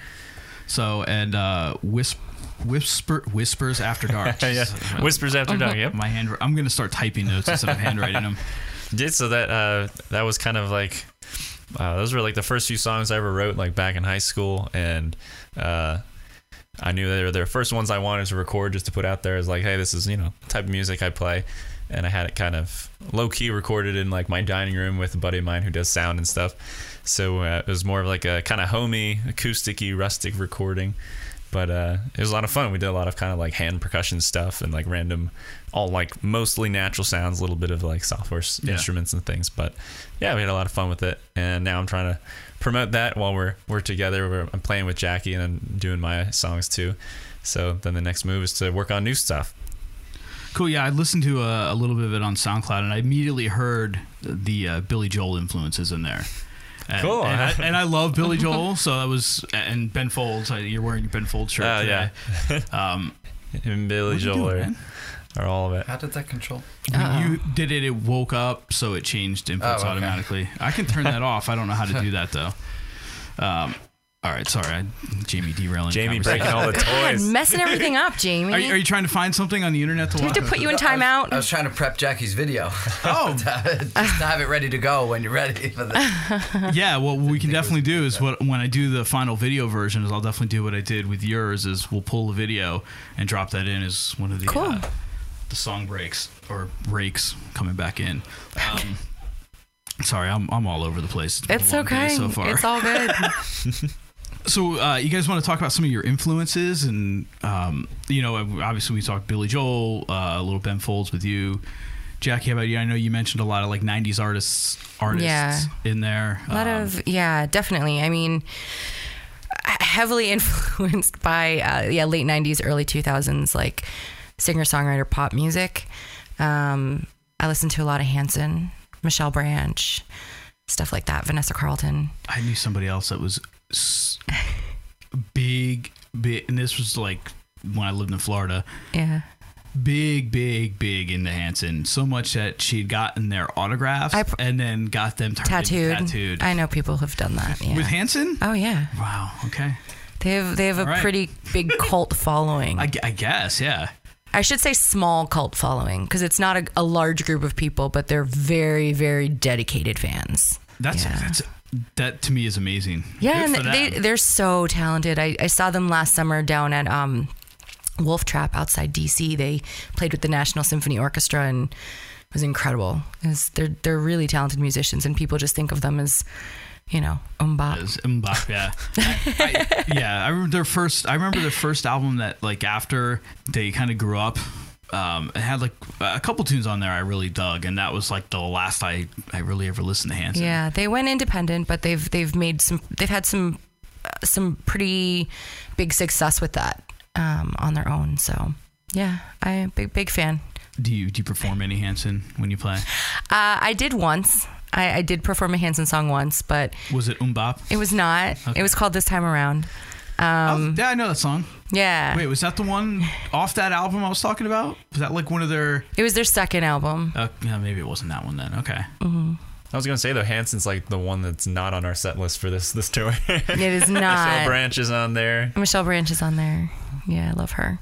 Speaker 6: so and uh, Wisp Whisper Whispers After
Speaker 9: [laughs]
Speaker 6: Dark.
Speaker 9: Yeah. Whispers After Dark,
Speaker 8: Uh-huh.
Speaker 9: yep.
Speaker 6: My hand. I'm gonna start typing notes instead of handwriting them.
Speaker 9: Did so that uh, that was kind of like uh, those were like the first few songs I ever wrote like back in high school, and uh, I knew they were the first ones I wanted to record just to put out there as like, hey, this is you know the type of music I play, and I had it kind of low key recorded in like my dining room with a buddy of mine who does sound and stuff, so uh, it was more of like a kind of homey, acousticy, rustic recording. But uh, it was a lot of fun. We did a lot of kind of like hand percussion stuff and like random, all like mostly natural sounds, a little bit of like software s-
Speaker 6: Yeah.
Speaker 9: instruments and things. But yeah, we had a lot of fun with it. And now I'm trying to promote that while we're we're together. We're, I'm playing with Jackie and I'm doing my songs too. So then the next move is to work on new stuff.
Speaker 6: Cool. Yeah, I listened to uh, a, a little bit of it on SoundCloud, and I immediately heard the uh, Billy Joel influences in there. And,
Speaker 9: Cool.
Speaker 6: And I, and I love
Speaker 9: [laughs]
Speaker 6: Billy Joel, so that was and Ben Folds. I, you're wearing your Ben Folds shirt.
Speaker 9: Oh,
Speaker 6: today. [laughs] Um,
Speaker 9: and Billy
Speaker 6: what are you
Speaker 9: Joel
Speaker 6: doing,
Speaker 9: are,
Speaker 6: man?
Speaker 9: are all of it.
Speaker 7: How did that control?
Speaker 6: When you did it, it woke up, so it changed inputs
Speaker 7: Oh, okay.
Speaker 6: automatically. I can turn
Speaker 8: [laughs]
Speaker 6: that off. I don't know how to do that though. Um, all right, sorry, I, Jamie derailing.
Speaker 9: Jamie
Speaker 6: conversation.
Speaker 9: breaking all the
Speaker 8: God,
Speaker 9: toys.
Speaker 8: messing everything up,
Speaker 6: [laughs]
Speaker 8: Jamie.
Speaker 6: Are you, are you trying to find something on the internet to
Speaker 8: we
Speaker 6: watch?
Speaker 8: have to put
Speaker 6: [laughs]
Speaker 8: you in
Speaker 7: I
Speaker 8: timeout.
Speaker 7: was trying to prep Jackie's [laughs] video.
Speaker 6: Oh.
Speaker 7: to have it- just to have it ready to go when you're ready for [laughs] the
Speaker 6: yeah, what we can definitely do is what when I do the final video version is I'll definitely do what I did with yours is we'll pull a video and drop that in as one of the
Speaker 8: Cool.
Speaker 6: uh, the song breaks or breaks coming back in. Um, sorry, I'm I'm all over the place. It's been a
Speaker 8: It's
Speaker 6: long day
Speaker 8: okay.
Speaker 6: so far.
Speaker 8: It's all good.
Speaker 6: [laughs] so uh, you guys want to talk about some of your influences and um, you know obviously we talked billy joel uh, a little ben folds with you jackie how about you i know you mentioned a lot of like 90s artists artists
Speaker 8: Yeah.
Speaker 6: in there Uh,
Speaker 8: A lot
Speaker 6: Um,
Speaker 8: of yeah, definitely. I mean, heavily [laughs] influenced by uh, yeah late '90s, early 2000s, like singer songwriter pop music. Um, I listened to a lot of Hanson, Michelle Branch, stuff like that. Vanessa Carlton.
Speaker 6: i knew somebody else that was s- big big and this was like when i lived in florida
Speaker 8: Yeah,
Speaker 6: big big big into hanson so much that she'd gotten their autographs
Speaker 8: I pr-
Speaker 6: and then got them turned
Speaker 8: tattooed.
Speaker 6: into tattooed
Speaker 8: I know people who've done that. Yeah.
Speaker 6: with hanson
Speaker 8: oh yeah,
Speaker 6: wow okay
Speaker 8: they have they have a
Speaker 6: All right.
Speaker 8: pretty big
Speaker 6: [laughs]
Speaker 8: cult following.
Speaker 6: I, gu- I guess yeah
Speaker 8: I should say small cult following because it's not a, a large group of people, but they're very, very dedicated fans.
Speaker 6: That's
Speaker 8: Yeah.
Speaker 6: that's that to me is amazing.
Speaker 8: Yeah,
Speaker 6: Good
Speaker 8: and
Speaker 6: for
Speaker 8: they
Speaker 6: them.
Speaker 8: they're so talented. I, I saw them last summer down at um, Wolf Trap outside DC. They played with the National Symphony Orchestra and it was incredible. It was- they're they're really talented musicians, and people just think of them as, you know, umba.
Speaker 6: Is Mbop, yeah, [laughs] I, I- yeah. I remember their first. I remember their first album that like after they kind of grew up. Um, it had like a couple tunes on there I really dug, and that was like the last I I really ever listened to Hanson.
Speaker 8: Yeah, they went independent, but they've they've made some they've had some uh, some pretty big success with that um, on their own. So yeah, I big big fan.
Speaker 6: Do you do you perform any Hanson when you play?
Speaker 8: Uh, I did once. I, I did perform a Hanson song once, but
Speaker 6: Was it Umbop?
Speaker 8: it was not. It was called This Time Around.
Speaker 6: Um, yeah, I know that song.
Speaker 8: Yeah.
Speaker 6: Wait, was that the one off that album I was talking about? Was that like one of their?
Speaker 8: It was their second album.
Speaker 6: Uh, yeah, maybe it wasn't that one then. Okay.
Speaker 9: I was gonna say though, Hanson's like the one that's not on our set list for this this tour. [laughs]
Speaker 8: It is
Speaker 9: Michelle
Speaker 8: not.
Speaker 9: Branch is on there.
Speaker 8: Michelle Branch is on there. Yeah, I love her.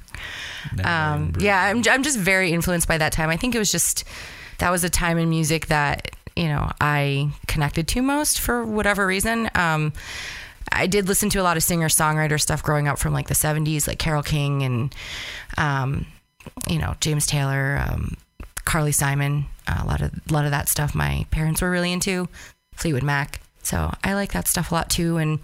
Speaker 8: Um,
Speaker 9: Natalie
Speaker 8: yeah, I'm, I'm just very influenced by that time. I think it was just that was a time in music that you know I connected to most for whatever reason. Um, I did listen to a lot of singer songwriter stuff growing up from like the 70s, like Carol King and um, you know James Taylor, um, Carly Simon. uh, A lot of a lot of that stuff my parents were really into Fleetwood Mac. So I like that stuff a lot too. And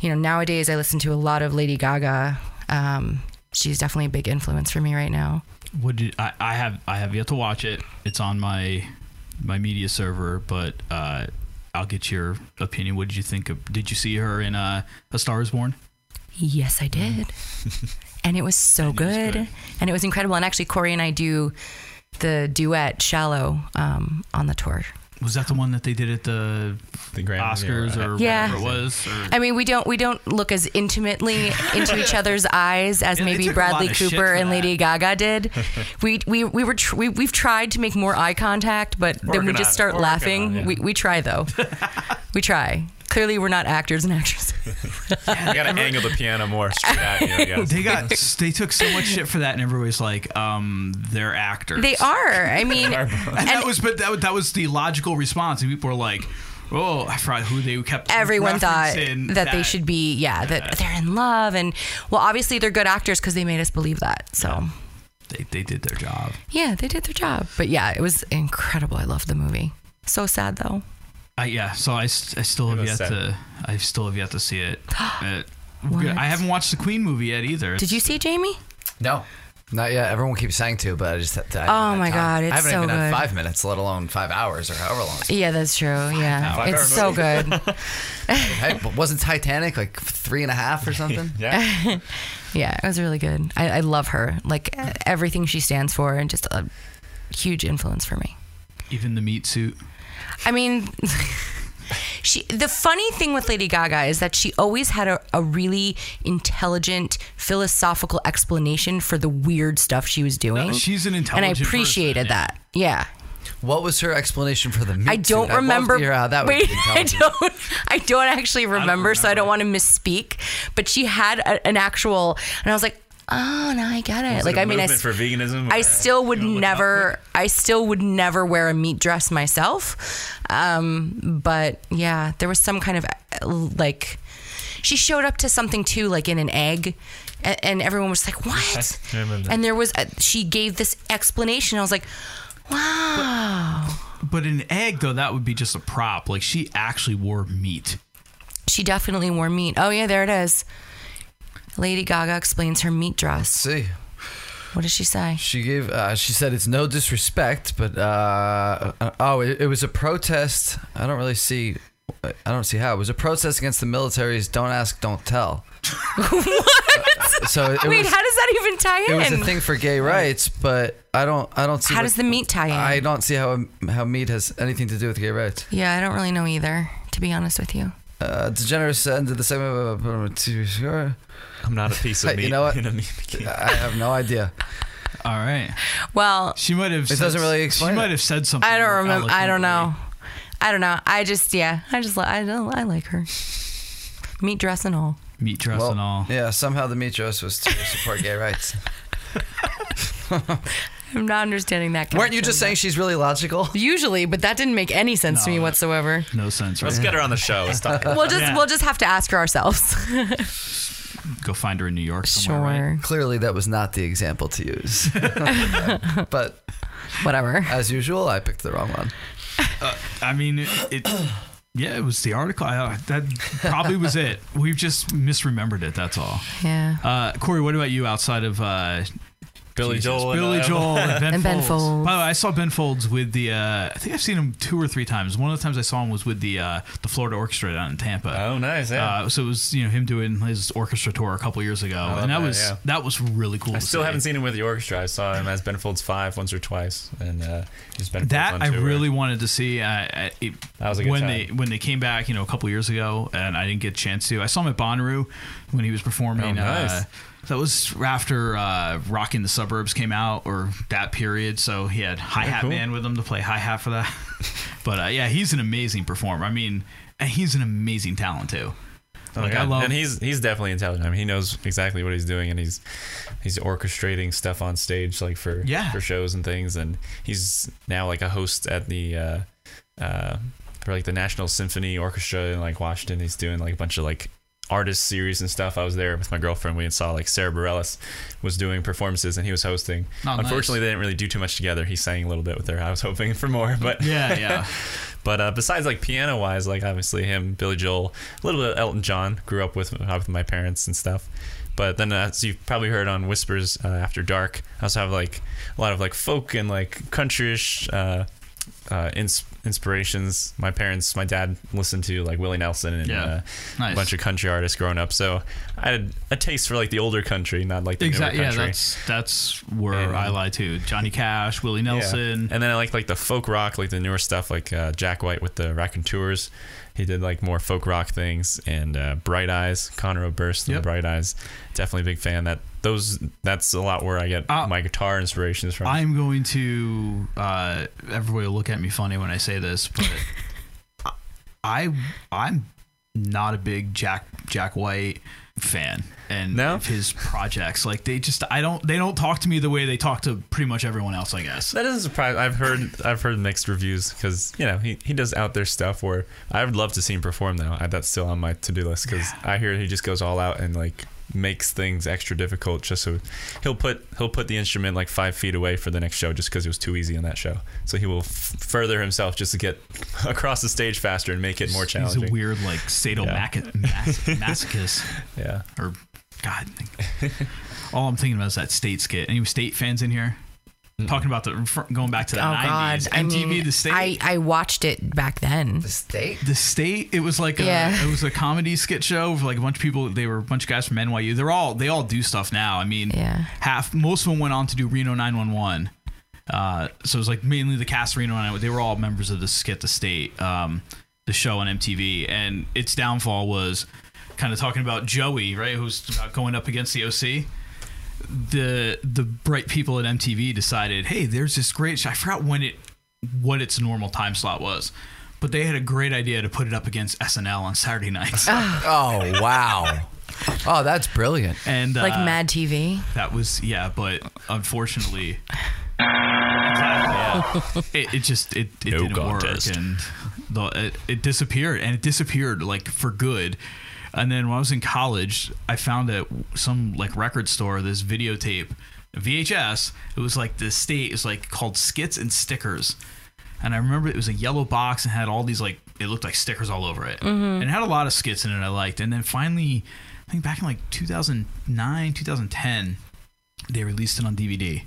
Speaker 8: you know nowadays I listen to a lot of Lady Gaga. Um, she's definitely a big influence for me right now.
Speaker 6: What did I, I have? I have yet to watch it. It's on my my media server, but uh, I'll get your opinion. What did you think of? Did you see her in uh, A Star Is Born?
Speaker 8: Yes, I did. Mm. [laughs] and it was so good. And it was incredible. And actually, Corey and I do the duet Shallow um, on the tour.
Speaker 6: Was that the one that they did at the
Speaker 9: The Grammy,
Speaker 6: Oscars
Speaker 9: yeah, right.
Speaker 6: or
Speaker 8: Yeah.
Speaker 6: whatever it was? Or,
Speaker 8: I mean, we don't we don't look as intimately into
Speaker 6: [laughs]
Speaker 8: each other's eyes as
Speaker 6: Yeah, they
Speaker 8: maybe
Speaker 6: took a lot
Speaker 8: Bradley
Speaker 6: of shit
Speaker 8: Cooper
Speaker 6: for
Speaker 8: and
Speaker 6: that.
Speaker 8: Lady
Speaker 6: [laughs]
Speaker 8: Gaga did. we we we were tr- we, we've tried to make more eye contact, but then
Speaker 9: Working
Speaker 8: we
Speaker 9: on
Speaker 8: just
Speaker 9: it.
Speaker 8: start
Speaker 9: Working [laughs]
Speaker 8: laughing.
Speaker 9: on it.
Speaker 8: We we try though. we try. clearly we're not actors and actresses.
Speaker 9: [laughs] You gotta angle the piano more straight at you. I [laughs] guess.
Speaker 6: They got they took so much shit for that, and everybody's like, um, they're actors.
Speaker 8: They are. I mean,
Speaker 6: And, that was, but that, was- that was the logical response, and people were like, "Oh, I forgot who they kept."
Speaker 8: everyone thought
Speaker 6: referencing
Speaker 8: that, they should be yeah,
Speaker 6: Yeah.
Speaker 8: that they're in love and well obviously they're good actors because they made us believe that so
Speaker 6: They, they did their job.
Speaker 8: yeah they did their job but yeah it was incredible i loved the movie so sad though
Speaker 6: I, Uh, yeah, so I, st- I still have
Speaker 9: was
Speaker 6: yet
Speaker 9: sad.
Speaker 6: to I still have yet to see it. Uh,
Speaker 8: [gasps] What?
Speaker 6: I haven't watched the Queen movie yet either.
Speaker 8: did you see jamie
Speaker 7: No. Not yet. Everyone keeps saying to, but I just. I haven't
Speaker 8: Oh
Speaker 7: had
Speaker 8: my
Speaker 7: time.
Speaker 8: God, it's
Speaker 7: I haven't
Speaker 8: so
Speaker 7: even had
Speaker 8: good.
Speaker 7: five minutes, let alone five hours or however long. It's
Speaker 8: yeah that's true yeah
Speaker 9: hours.
Speaker 8: it's so
Speaker 9: [laughs]
Speaker 8: good
Speaker 7: hey, but wasn't Titanic like three and a half or [laughs] something?
Speaker 9: Yeah.
Speaker 8: yeah it was really good i, I love her like e- everything she stands for and just a huge influence for me
Speaker 6: Even the meat suit.
Speaker 8: I mean, [laughs] she. The funny thing with Lady Gaga is that she always had a, a really intelligent philosophical explanation for the weird stuff she was doing.
Speaker 6: No, she's an
Speaker 8: and I
Speaker 6: intelligent person,
Speaker 8: appreciated
Speaker 6: yeah.
Speaker 8: that. Yeah.
Speaker 7: What was her explanation for the meat
Speaker 8: I don't
Speaker 7: suit? I'd love to
Speaker 8: remember.
Speaker 7: hear how
Speaker 8: [laughs]
Speaker 7: that
Speaker 8: wait,
Speaker 7: was
Speaker 8: I don't. I don't actually remember, so I
Speaker 6: remember.
Speaker 8: don't want to misspeak. But she had a, an actual, and I was like, oh, now I get it.
Speaker 9: Was
Speaker 8: like,
Speaker 9: it a
Speaker 8: I mean, I,
Speaker 9: movement
Speaker 8: s-
Speaker 9: for veganism.
Speaker 8: I still would never. I still would never wear a meat dress myself. Um, but yeah, there was some kind of uh, like she showed up to something too, like in an egg, and, and everyone was like, "What?"
Speaker 9: [laughs] I remember that.
Speaker 8: And there was a, she gave this explanation. I was like, "Wow."
Speaker 6: But an egg though, that would be just a prop. Like she actually wore meat.
Speaker 8: she definitely wore meat. Oh yeah, there it is. Lady Gaga explains her meat dress.
Speaker 7: See,
Speaker 8: What does she say?
Speaker 7: she gave. Uh, she said it's no disrespect, but uh, uh, oh, it, it was a protest. I don't really see. I don't see how it was a protest against the military's "Don't ask, don't
Speaker 8: [laughs]
Speaker 7: tell." what? So it
Speaker 8: Wait,
Speaker 7: was.
Speaker 8: how does that even tie in?
Speaker 7: it was a thing for gay rights, but I don't. I don't see.
Speaker 8: How
Speaker 7: what-
Speaker 8: does the meat tie in?
Speaker 7: I don't see how how meat has anything to do with gay rights.
Speaker 8: Yeah, I don't really know either, to be honest with you.
Speaker 7: Uh, DeGeneres ended the segment. uh,
Speaker 9: I'm not a piece of
Speaker 7: Hey,
Speaker 9: meat.
Speaker 7: you know what?
Speaker 9: [laughs] In a meat
Speaker 7: [laughs]
Speaker 9: bikini.
Speaker 7: I have no idea.
Speaker 6: All right.
Speaker 8: Well,
Speaker 6: She might have. It
Speaker 7: doesn't really explain
Speaker 6: She
Speaker 7: it.
Speaker 6: might have said something.
Speaker 8: I don't
Speaker 6: more
Speaker 8: remember. I don't know.
Speaker 6: eloquently.
Speaker 8: I don't know. I just yeah. I just li- I don't, I like her. Meat dress and all.
Speaker 6: Meat dress
Speaker 7: Well,
Speaker 6: and all.
Speaker 7: Yeah, somehow the meat dress was to support gay
Speaker 9: [laughs]
Speaker 7: rights.
Speaker 8: I'm not understanding that.
Speaker 7: Weren't you
Speaker 8: connection.
Speaker 7: just saying she's really logical?
Speaker 8: usually? But that didn't make any sense to
Speaker 6: No,
Speaker 8: me
Speaker 6: that-
Speaker 8: whatsoever.
Speaker 6: No sense. Right?
Speaker 9: Let's get her on the show. Let's talk.
Speaker 8: We'll just
Speaker 6: Yeah.
Speaker 8: we'll just have to ask her ourselves. [laughs]
Speaker 6: Go find her in New York somewhere.
Speaker 8: sure.
Speaker 6: right?
Speaker 7: Clearly, that was not the example to use. but
Speaker 8: Whatever.
Speaker 6: Uh,
Speaker 7: as usual, I picked the wrong one.
Speaker 6: I mean, it, it yeah, it was the article. I, that probably was it. We've just misremembered it. That's all.
Speaker 8: Yeah.
Speaker 6: Uh, Corey, what about you outside of uh,
Speaker 9: Billy
Speaker 6: Jesus,
Speaker 9: Joel. and uh,
Speaker 6: Billy
Speaker 9: I-
Speaker 6: Joel
Speaker 9: [laughs]
Speaker 6: and Ben,
Speaker 8: And Ben
Speaker 6: Folds.
Speaker 8: Folds.
Speaker 6: By the way, I saw Ben Folds with the. Uh, I think I've seen him two or three times. One of the times I saw him was with the uh, the Florida Orchestra down in Tampa.
Speaker 9: Oh, nice. Yeah.
Speaker 6: Uh, so it was you know him doing his orchestra tour a couple years ago,
Speaker 9: love
Speaker 6: and that,
Speaker 9: that,
Speaker 6: was
Speaker 9: Oh, yeah.
Speaker 6: that was really cool.
Speaker 9: I
Speaker 6: to
Speaker 9: still
Speaker 6: see.
Speaker 9: haven't seen him with the orchestra. I saw him as Ben Folds Five once or twice, and uh, he's Ben Folds
Speaker 6: That
Speaker 9: on
Speaker 6: I
Speaker 9: tour.
Speaker 6: really wanted to see. I, I, it,
Speaker 9: That was a good
Speaker 6: when
Speaker 9: time.
Speaker 6: they when they came back, you know, a couple years ago, and I didn't get a chance to. I saw him at Bonnaroo when he was performing.
Speaker 9: Oh, nice.
Speaker 6: uh, that was after uh, "Rocking the Suburbs" came out, or that period. So he had Hi Hat
Speaker 9: cool.
Speaker 6: Man with him to play hi hat for that. [laughs] but uh, yeah, he's an amazing performer. I mean, and he's an amazing talent too.
Speaker 9: Oh,
Speaker 6: Like
Speaker 9: yeah.
Speaker 6: I love.
Speaker 9: and he's he's definitely intelligent. I mean, he knows exactly what he's doing, and he's he's orchestrating stuff on stage, like for
Speaker 6: Yeah.
Speaker 9: for shows and things. And he's now like a host at the uh, uh, for like the National Symphony Orchestra in like Washington. He's doing like a bunch of like artist series and stuff. I was there with my girlfriend. We saw like Sarah Bareilles was doing performances, and he was hosting.
Speaker 6: Oh, nice.
Speaker 9: Unfortunately, they didn't really do too much together. He sang a little bit with her. I was hoping for more, [laughs]
Speaker 6: [laughs]
Speaker 9: but
Speaker 6: yeah, yeah.
Speaker 9: but uh, besides like piano wise, like obviously him, Billy Joel, a little bit of Elton John, grew up with uh, with my parents and stuff. But then, uh, as you've probably heard on Whispers uh, After Dark, I also have like a lot of like folk and like countryish uh, uh, ins- inspirations. My parents, my dad listened to like Willie Nelson and
Speaker 6: Yeah.
Speaker 9: uh,
Speaker 6: Nice.
Speaker 9: a bunch of country artists growing up. So I had a taste for like the older country, not like the
Speaker 6: Exactly.
Speaker 9: newer
Speaker 6: Yeah,
Speaker 9: country.
Speaker 6: that's that's where
Speaker 9: And-
Speaker 6: I lie too. Johnny Cash, Willie
Speaker 9: Yeah.
Speaker 6: Nelson.
Speaker 9: And then I like like the folk rock, like the newer stuff, like uh, Jack White with the Raconteurs. He did like more folk rock things and uh, Bright Eyes, Conor O'Burst and
Speaker 6: Yep.
Speaker 9: the Bright Eyes. Definitely a big fan. That those that's a lot where I get
Speaker 6: Uh,
Speaker 9: my guitar inspirations from.
Speaker 6: I'm going to. Uh,
Speaker 9: [laughs]
Speaker 6: everybody will look at me funny when I say this, but I I'm not a big Jack Jack White fan and
Speaker 9: No?
Speaker 6: of his projects. Like they just I don't they don't talk to me the way they talk to pretty much everyone else. I guess.
Speaker 9: That doesn't surprise. I've heard I've heard mixed reviews because you know he, he does out there stuff where I would love to see him perform though. I, that's still on my to do list because I hear he just goes all out and like makes things extra difficult just so he'll put he'll put the instrument like five feet away for the next show just because it was too easy on that show. So he will f- further himself just to get [laughs] across the stage faster and make it more challenging.
Speaker 6: He's a weird like sadomasochist.
Speaker 9: [laughs]
Speaker 6: masochist.
Speaker 9: yeah.
Speaker 6: or God. all I'm thinking about is that state skit. Any state fans in here? Talking about the going back to the
Speaker 8: Oh God!
Speaker 6: 90s,
Speaker 8: I
Speaker 6: MTV
Speaker 8: mean,
Speaker 6: the state.
Speaker 8: I I watched it back then.
Speaker 7: The state?
Speaker 6: the state it was like a,
Speaker 8: Yeah.
Speaker 6: it was a comedy skit show with like a bunch of people they were a bunch of guys from NYU they're all they all do stuff now I mean
Speaker 8: Yeah.
Speaker 6: half most of them went on to do Reno 911 uh, so it was like mainly the cast of Reno 911 they were all members of the skit the state um, the show on MTV and its downfall was kind of talking about Joey right who's about going up against the OC the the bright people at MTV decided, hey, there's this great. Show. I forgot when it what its normal time slot was, but they had a great idea to put it up against SNL on Saturday nights,
Speaker 7: Oh wow. Oh, that's brilliant.
Speaker 6: and uh,
Speaker 8: Like Mad TV.
Speaker 6: that was yeah. But
Speaker 9: [laughs]
Speaker 6: unfortunately, exactly, yeah. it, it just it, it
Speaker 9: No
Speaker 6: didn't
Speaker 9: contest.
Speaker 6: work, and the, it, it disappeared, and it disappeared like for good. And then when I was in college, I found at some like record store this videotape, VHS. It was like the state is like called Skits and Stickers. And I remember it was a yellow box and had all these like it looked like stickers all over it,
Speaker 9: Mm-hmm.
Speaker 6: and it had a lot of skits in it I liked. And then finally, I think back in like 2009, 2010, they released it on DVD.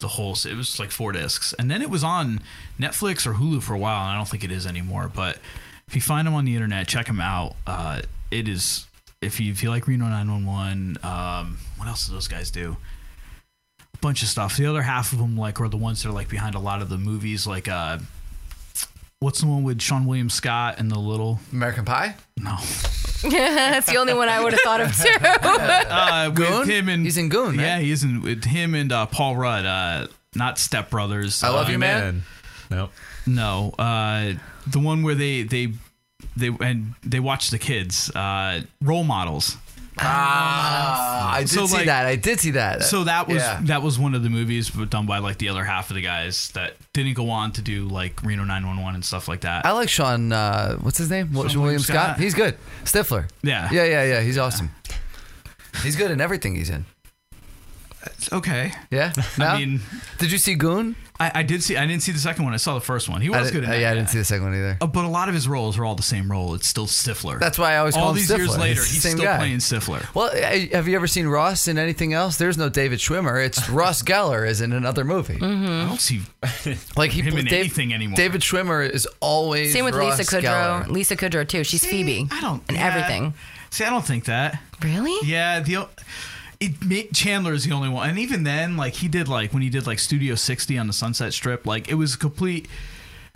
Speaker 6: The whole it was like four discs, and then it was on Netflix or Hulu for a while, and I don't think it is anymore. But if you find them on the internet, check them out. Uh, it is if you if you like Reno 911, um, what else do those guys do? A bunch of stuff. The other half of them like are the ones that are like behind a lot of the movies, like uh, what's the one with Sean William Scott and the little
Speaker 7: American Pie? [laughs]
Speaker 6: no
Speaker 8: [laughs] That's the only one I would have thought of
Speaker 6: [laughs]
Speaker 8: too.
Speaker 6: uh, with
Speaker 7: Goon?
Speaker 6: him and
Speaker 7: He's in Goon,
Speaker 6: Yeah,
Speaker 7: right?
Speaker 6: he's in with him and uh, Paul Rudd. Uh, not Step Brothers.
Speaker 7: I love
Speaker 6: uh,
Speaker 7: you, man.
Speaker 9: Nope.
Speaker 6: No, uh, the one where they they they and they watch the kids uh, role models.
Speaker 7: Ah, I did
Speaker 6: So,
Speaker 7: see
Speaker 6: like-
Speaker 7: that. I did see that.
Speaker 6: So that was
Speaker 7: Uh, Yeah.
Speaker 6: that was one of the movies but done by like the other half of the guys that didn't go on to do like Reno 911 and stuff like that.
Speaker 7: I like Sean. Uh, what's his name? William,
Speaker 6: William
Speaker 7: Scott.
Speaker 6: Scott.
Speaker 7: He's good. Stifler.
Speaker 6: Yeah.
Speaker 7: Yeah, yeah, yeah. He's [laughs] awesome. He's good in everything he's in.
Speaker 6: okay.
Speaker 7: Yeah.
Speaker 6: [laughs]
Speaker 7: No?
Speaker 6: I mean,
Speaker 7: did you see Goon?
Speaker 6: I, I did see I didn't see the second one. I saw the first one. He
Speaker 7: I
Speaker 6: was
Speaker 7: didn't-
Speaker 6: good. In
Speaker 7: uh,
Speaker 6: that,
Speaker 7: yeah, I didn't see the second one either.
Speaker 6: Uh, but a lot of his roles are all the same role. It's still Stifler.
Speaker 7: That's why I always
Speaker 6: all
Speaker 7: call him
Speaker 6: these
Speaker 7: Stifler.
Speaker 6: years later
Speaker 7: It's the
Speaker 6: he's
Speaker 7: same
Speaker 6: still
Speaker 7: guy.
Speaker 6: playing Stifler.
Speaker 7: Well, I- have you ever seen Ross in anything else? There's no David Schwimmer. It's Ross Geller is in another movie.
Speaker 8: Hmm.
Speaker 6: I don't see
Speaker 7: Like he
Speaker 6: Him in
Speaker 7: Dave-
Speaker 6: anything anymore.
Speaker 7: David Schwimmer is always
Speaker 8: Same with
Speaker 7: Ross
Speaker 8: Lisa Kudrow.
Speaker 7: Geller.
Speaker 8: Lisa Kudrow too. She's Phoebe.
Speaker 6: I don't
Speaker 8: And
Speaker 6: yeah.
Speaker 8: everything.
Speaker 6: See, I don't think that.
Speaker 8: Really?
Speaker 6: Yeah, the o- it ma- Chandler is the only one, and even then, like he did, like when he did like Studio 60 on the Sunset Strip, like it was complete.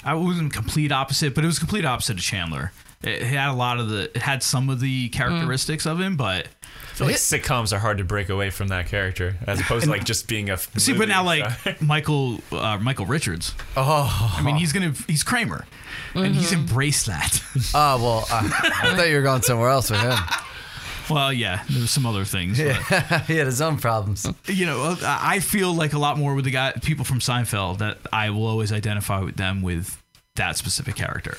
Speaker 6: I wasn't complete opposite, but it was complete opposite of Chandler. It, it had a lot of the, it had some of the characteristics of him, but
Speaker 9: I feel like sitcoms are hard to break away from that character as opposed to like just being a. f-
Speaker 6: [laughs] see, but
Speaker 9: movie,
Speaker 6: now like
Speaker 9: so.
Speaker 6: Michael uh, Michael Richards. Oh, I mean, he's gonna he's Kramer, and he's embraced that. [laughs]
Speaker 7: Oh well, uh, I thought you were going somewhere else with him. [laughs]
Speaker 6: well, yeah, there's some other things. but-
Speaker 7: he had his own problems.
Speaker 6: you know, uh, I I feel like a lot more with the guy people from Seinfeld that I will always identify with them with that specific character.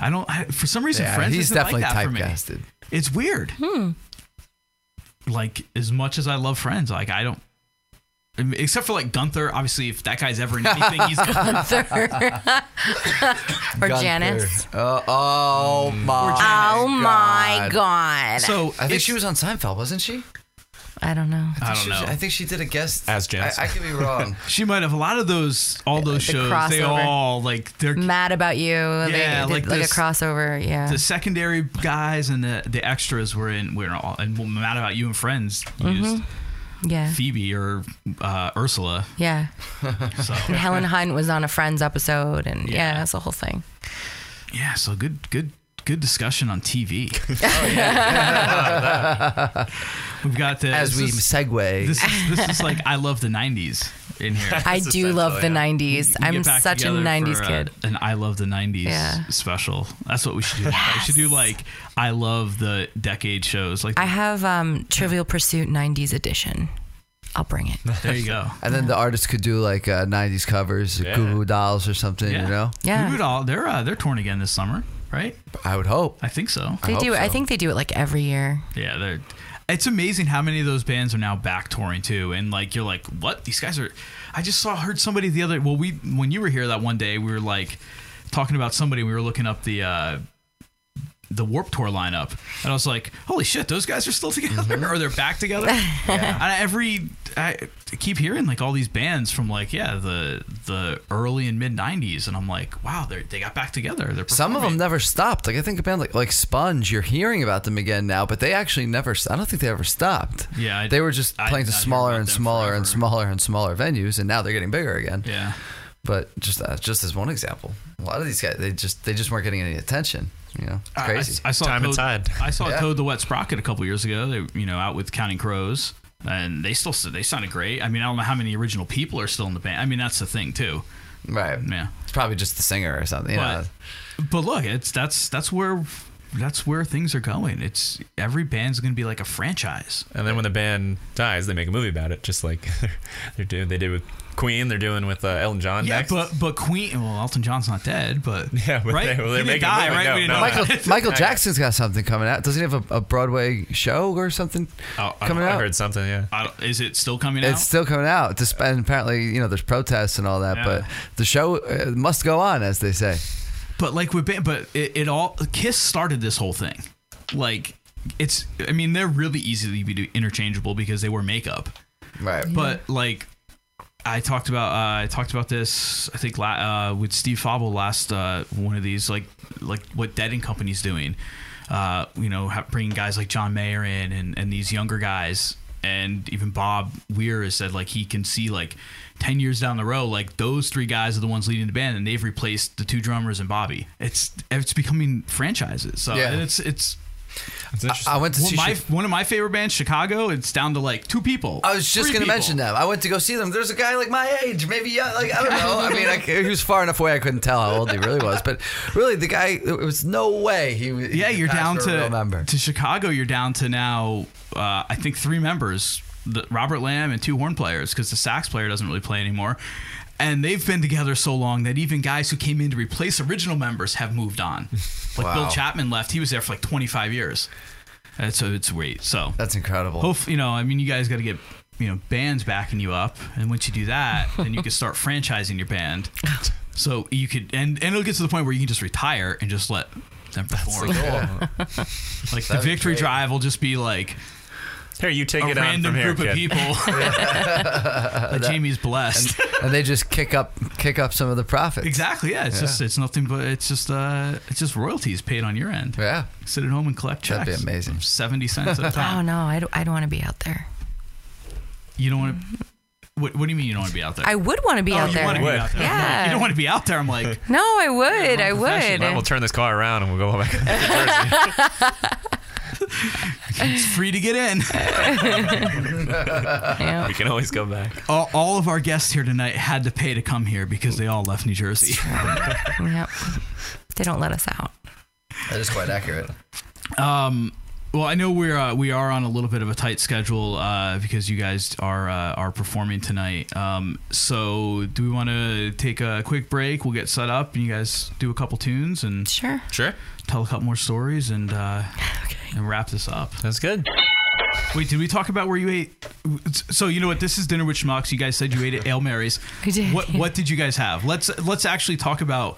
Speaker 6: I don't I, for some reason
Speaker 7: Yeah,
Speaker 6: Friends
Speaker 7: he's
Speaker 6: isn't like
Speaker 7: definitely
Speaker 6: that for me.
Speaker 7: typecasted.
Speaker 6: It's weird. Like as much as I love Friends, like I don't. I mean, Except for like Gunther, obviously, if that guy's
Speaker 7: [laughs]
Speaker 6: ever in anything, he's
Speaker 8: Or
Speaker 7: Gunther.
Speaker 8: Janice?
Speaker 7: Oh, oh
Speaker 6: Mm.
Speaker 7: my!
Speaker 8: Oh my God.
Speaker 6: so.
Speaker 7: I think
Speaker 6: it's-
Speaker 7: she was on Seinfeld, wasn't she?
Speaker 8: I don't know.
Speaker 6: I don't
Speaker 7: she
Speaker 6: know.
Speaker 7: I think she did a guest
Speaker 9: As Janice.
Speaker 7: I, I could
Speaker 6: [laughs]
Speaker 7: be wrong.
Speaker 6: She might have a lot of those, all those
Speaker 8: the
Speaker 6: shows. They
Speaker 8: crossover.
Speaker 6: all like they're
Speaker 8: Mad about you.
Speaker 6: Yeah,
Speaker 8: they did
Speaker 6: like
Speaker 8: like,
Speaker 6: this-
Speaker 8: a crossover. Yeah.
Speaker 6: the secondary guys and the, the extras were in. We're all and mad about you and Friends used
Speaker 8: yeah.
Speaker 6: Phoebe or uh, Ursula.
Speaker 8: Yeah.
Speaker 6: So [laughs]
Speaker 8: And Helen Hunt was on a Friends episode, and yeah, that's the whole thing.
Speaker 6: yeah, so
Speaker 7: [laughs] Oh,
Speaker 8: [laughs]
Speaker 6: good, good, good discussion on TV. We've got the
Speaker 7: As
Speaker 6: this
Speaker 7: we
Speaker 6: is-
Speaker 7: segue.
Speaker 6: This is, this is like I love the '90s in here.
Speaker 8: [laughs] I do love the 90s.
Speaker 6: We can
Speaker 8: I'm
Speaker 6: get back
Speaker 8: such a
Speaker 6: together
Speaker 8: 90s
Speaker 6: for, uh,
Speaker 8: kid.
Speaker 6: an I love the '90s
Speaker 8: Yeah.
Speaker 6: special. That's what we should do. I should do like I love the decade shows. Like
Speaker 8: I have um, Trivial Pursuit 90s edition. I'll
Speaker 6: [laughs]
Speaker 8: bring it.
Speaker 6: there you go.
Speaker 7: And then the artist could do like uh, 90s covers,
Speaker 9: Yeah.
Speaker 7: Goo Goo Dolls or something,
Speaker 6: Yeah.
Speaker 7: you know?
Speaker 8: Yeah.
Speaker 6: Goo Goo Doll- They're uh, they're torn again this summer, right?
Speaker 7: I would hope.
Speaker 6: I think so.
Speaker 8: They
Speaker 7: hope
Speaker 8: do. I
Speaker 7: so.
Speaker 8: think they do it like every year.
Speaker 6: Yeah, they're. It's amazing how many of those bands are now back touring too, and like you're like, what? These guys are. I just saw heard somebody the other. Well, we when you were here that one day, we were like talking about somebody. We were looking up the. uh the Warp Tour lineup, and I was like, "Holy shit, those guys are still together,
Speaker 7: Mm-hmm.
Speaker 6: [laughs] or they're back
Speaker 7: [laughs]
Speaker 6: together." And I, every I keep hearing like all these bands from like yeah the the early and mid '90s, and I'm like, "Wow, they they got back together." They're
Speaker 7: Some of
Speaker 6: performing."
Speaker 7: them never stopped. Like I think a band like, like Sponge, you're hearing about them again now, but they actually never. I don't think they ever stopped.
Speaker 6: Yeah, I-
Speaker 7: they were just
Speaker 6: I
Speaker 7: playing to
Speaker 6: did not hear
Speaker 7: smaller
Speaker 6: about
Speaker 7: and
Speaker 6: them
Speaker 7: smaller
Speaker 6: forever.
Speaker 7: and smaller and smaller venues, and now they're getting bigger again.
Speaker 6: yeah.
Speaker 7: But just uh, just as one example, a lot of these guys they just they just weren't getting any attention. You know, it's
Speaker 6: I-
Speaker 7: crazy.
Speaker 6: I, I saw
Speaker 9: Time and
Speaker 6: Toad,
Speaker 9: Tide.
Speaker 6: I saw
Speaker 7: Yeah.
Speaker 6: Toad the Wet Sprocket a couple years ago. They, you know, out with Counting Crows, and they still they sounded great. I mean, I don't know how many original people are still in the band. I mean, that's the thing too.
Speaker 7: right?
Speaker 6: Yeah,
Speaker 7: It's probably just the singer or something. You know?
Speaker 6: but but look, it's that's that's where that's where things are going. It's every band's going to be like a franchise.
Speaker 9: And then when the band dies, they make a movie about it, just like [laughs] they're doing. They did with Queen. They're doing with uh, Elton John.
Speaker 6: Yeah,
Speaker 9: next.
Speaker 6: but but Queen. Well, Elton John's not dead, but
Speaker 9: [laughs] Yeah, but
Speaker 6: right?
Speaker 9: they- well, they're
Speaker 6: He didn't
Speaker 9: making a
Speaker 6: die,
Speaker 9: movie.
Speaker 6: right?
Speaker 9: No,
Speaker 6: We didn't know
Speaker 9: no, no.
Speaker 6: that.
Speaker 7: Michael, Michael Jackson's got something coming out. Doesn't he have a, a Broadway show or something
Speaker 9: oh, I,
Speaker 7: coming
Speaker 9: I
Speaker 7: out?
Speaker 9: heard something. Yeah,
Speaker 6: [laughs] I don't- Is it still coming
Speaker 7: It's
Speaker 6: out?
Speaker 7: still coming out. Disp- and apparently, you know, there's protests and all that,
Speaker 6: Yeah.
Speaker 7: but the show uh, must go on, as they say.
Speaker 6: But like with band, but it, it all Kiss started this whole thing. Like it's, I mean, they're really easily be interchangeable because they wear makeup.
Speaker 7: Right.
Speaker 6: But like, I talked about uh, I talked about this I think la- uh, with Steve Fable last uh, one of these like like what Dead and Company's doing, uh, you know, ha- bringing guys like John Mayer in and and these younger guys and even Bob Weir has said like he can see like ten years down the road like those three guys are the ones leading the band and they've replaced the two drummers and Bobby. It's it's becoming franchises. So
Speaker 7: Yeah.
Speaker 6: and it's it's.
Speaker 9: it's interesting.
Speaker 7: I went to
Speaker 6: One
Speaker 7: see
Speaker 6: of, my, one of my favorite bands, Chicago, it's down to like two people.
Speaker 7: I was just
Speaker 6: Three
Speaker 7: going to
Speaker 6: people.
Speaker 7: mention them. I went to go see them. There's a guy like my age, maybe young,
Speaker 6: [laughs]
Speaker 7: like I don't know. I mean, I, he was far enough away I couldn't tell how old he really was, but really the guy it was no way he was.
Speaker 6: yeah,
Speaker 7: he
Speaker 6: you're
Speaker 7: passed
Speaker 6: down
Speaker 7: for a real member.
Speaker 6: to to Chicago. You're down to now. Uh, I think three members: the, Robert Lamb and two horn players, because the sax player doesn't really play anymore. And they've been together so long that even guys who came in to replace original members have moved
Speaker 7: [laughs]
Speaker 6: on. Like Bill
Speaker 7: Wow.
Speaker 6: Chapman left; he was there for like 25 years. And so it's wait. So
Speaker 7: That's incredible.
Speaker 6: hope you know. I mean, you guys got to get you know bands backing you up, and once you do that, then you can start franchising your band. So you could, and and it'll get to the point where you can just retire and just let them perform. [laughs] Like the victory drive will just be like
Speaker 9: here, you take
Speaker 6: a
Speaker 9: it on
Speaker 6: random
Speaker 9: from here,
Speaker 6: group of
Speaker 7: [laughs]
Speaker 9: kid.
Speaker 6: people. [laughs] that Jamie's blessed.
Speaker 7: [laughs] and they just kick up kick up some of the profits.
Speaker 6: exactly. Yeah. It's just it's nothing but it's just uh it's just royalties paid on your end.
Speaker 7: Yeah.
Speaker 6: Sit at home and collect checks.
Speaker 7: That'd be amazing.
Speaker 6: Seventy cents
Speaker 7: [laughs]
Speaker 6: at a
Speaker 8: Oh,
Speaker 6: time.
Speaker 8: no. I don't, I don't want to be out there.
Speaker 6: You don't want to. What, what do you mean you don't want to be out there?
Speaker 8: I would want to be
Speaker 6: Oh,
Speaker 8: out
Speaker 6: you
Speaker 8: there.
Speaker 6: wanna be out there.
Speaker 8: Yeah.
Speaker 6: You don't want to be out there. I'm
Speaker 8: [laughs]
Speaker 6: like,
Speaker 8: No, I would. I would.
Speaker 9: Well, we'll turn this car around and we'll go back. to Jersey.
Speaker 6: it's free to get
Speaker 8: [laughs]
Speaker 6: in.
Speaker 8: Yeah.
Speaker 9: we can always go back.
Speaker 6: all, all of our guests here tonight had to pay to come here because they all left New Jersey.
Speaker 9: [laughs]
Speaker 8: Yep. They don't let us out.
Speaker 7: That is quite accurate.
Speaker 6: [laughs] Well, I know we're uh, we are on a little bit of a tight schedule uh, because you guys are uh, are performing tonight. Um, so, do we want to take a quick break? We'll get set up, and you guys do a couple tunes and
Speaker 8: Sure.
Speaker 9: Sure,
Speaker 6: tell a couple more stories, and uh, and wrap this up.
Speaker 9: that's good.
Speaker 6: Wait, did we talk about where you ate? So you know what? This is dinner with schmucks. You guys said you ate at Ale Mary's.
Speaker 8: I did,
Speaker 6: What
Speaker 8: yeah.
Speaker 6: What did you guys have? Let's let's actually talk about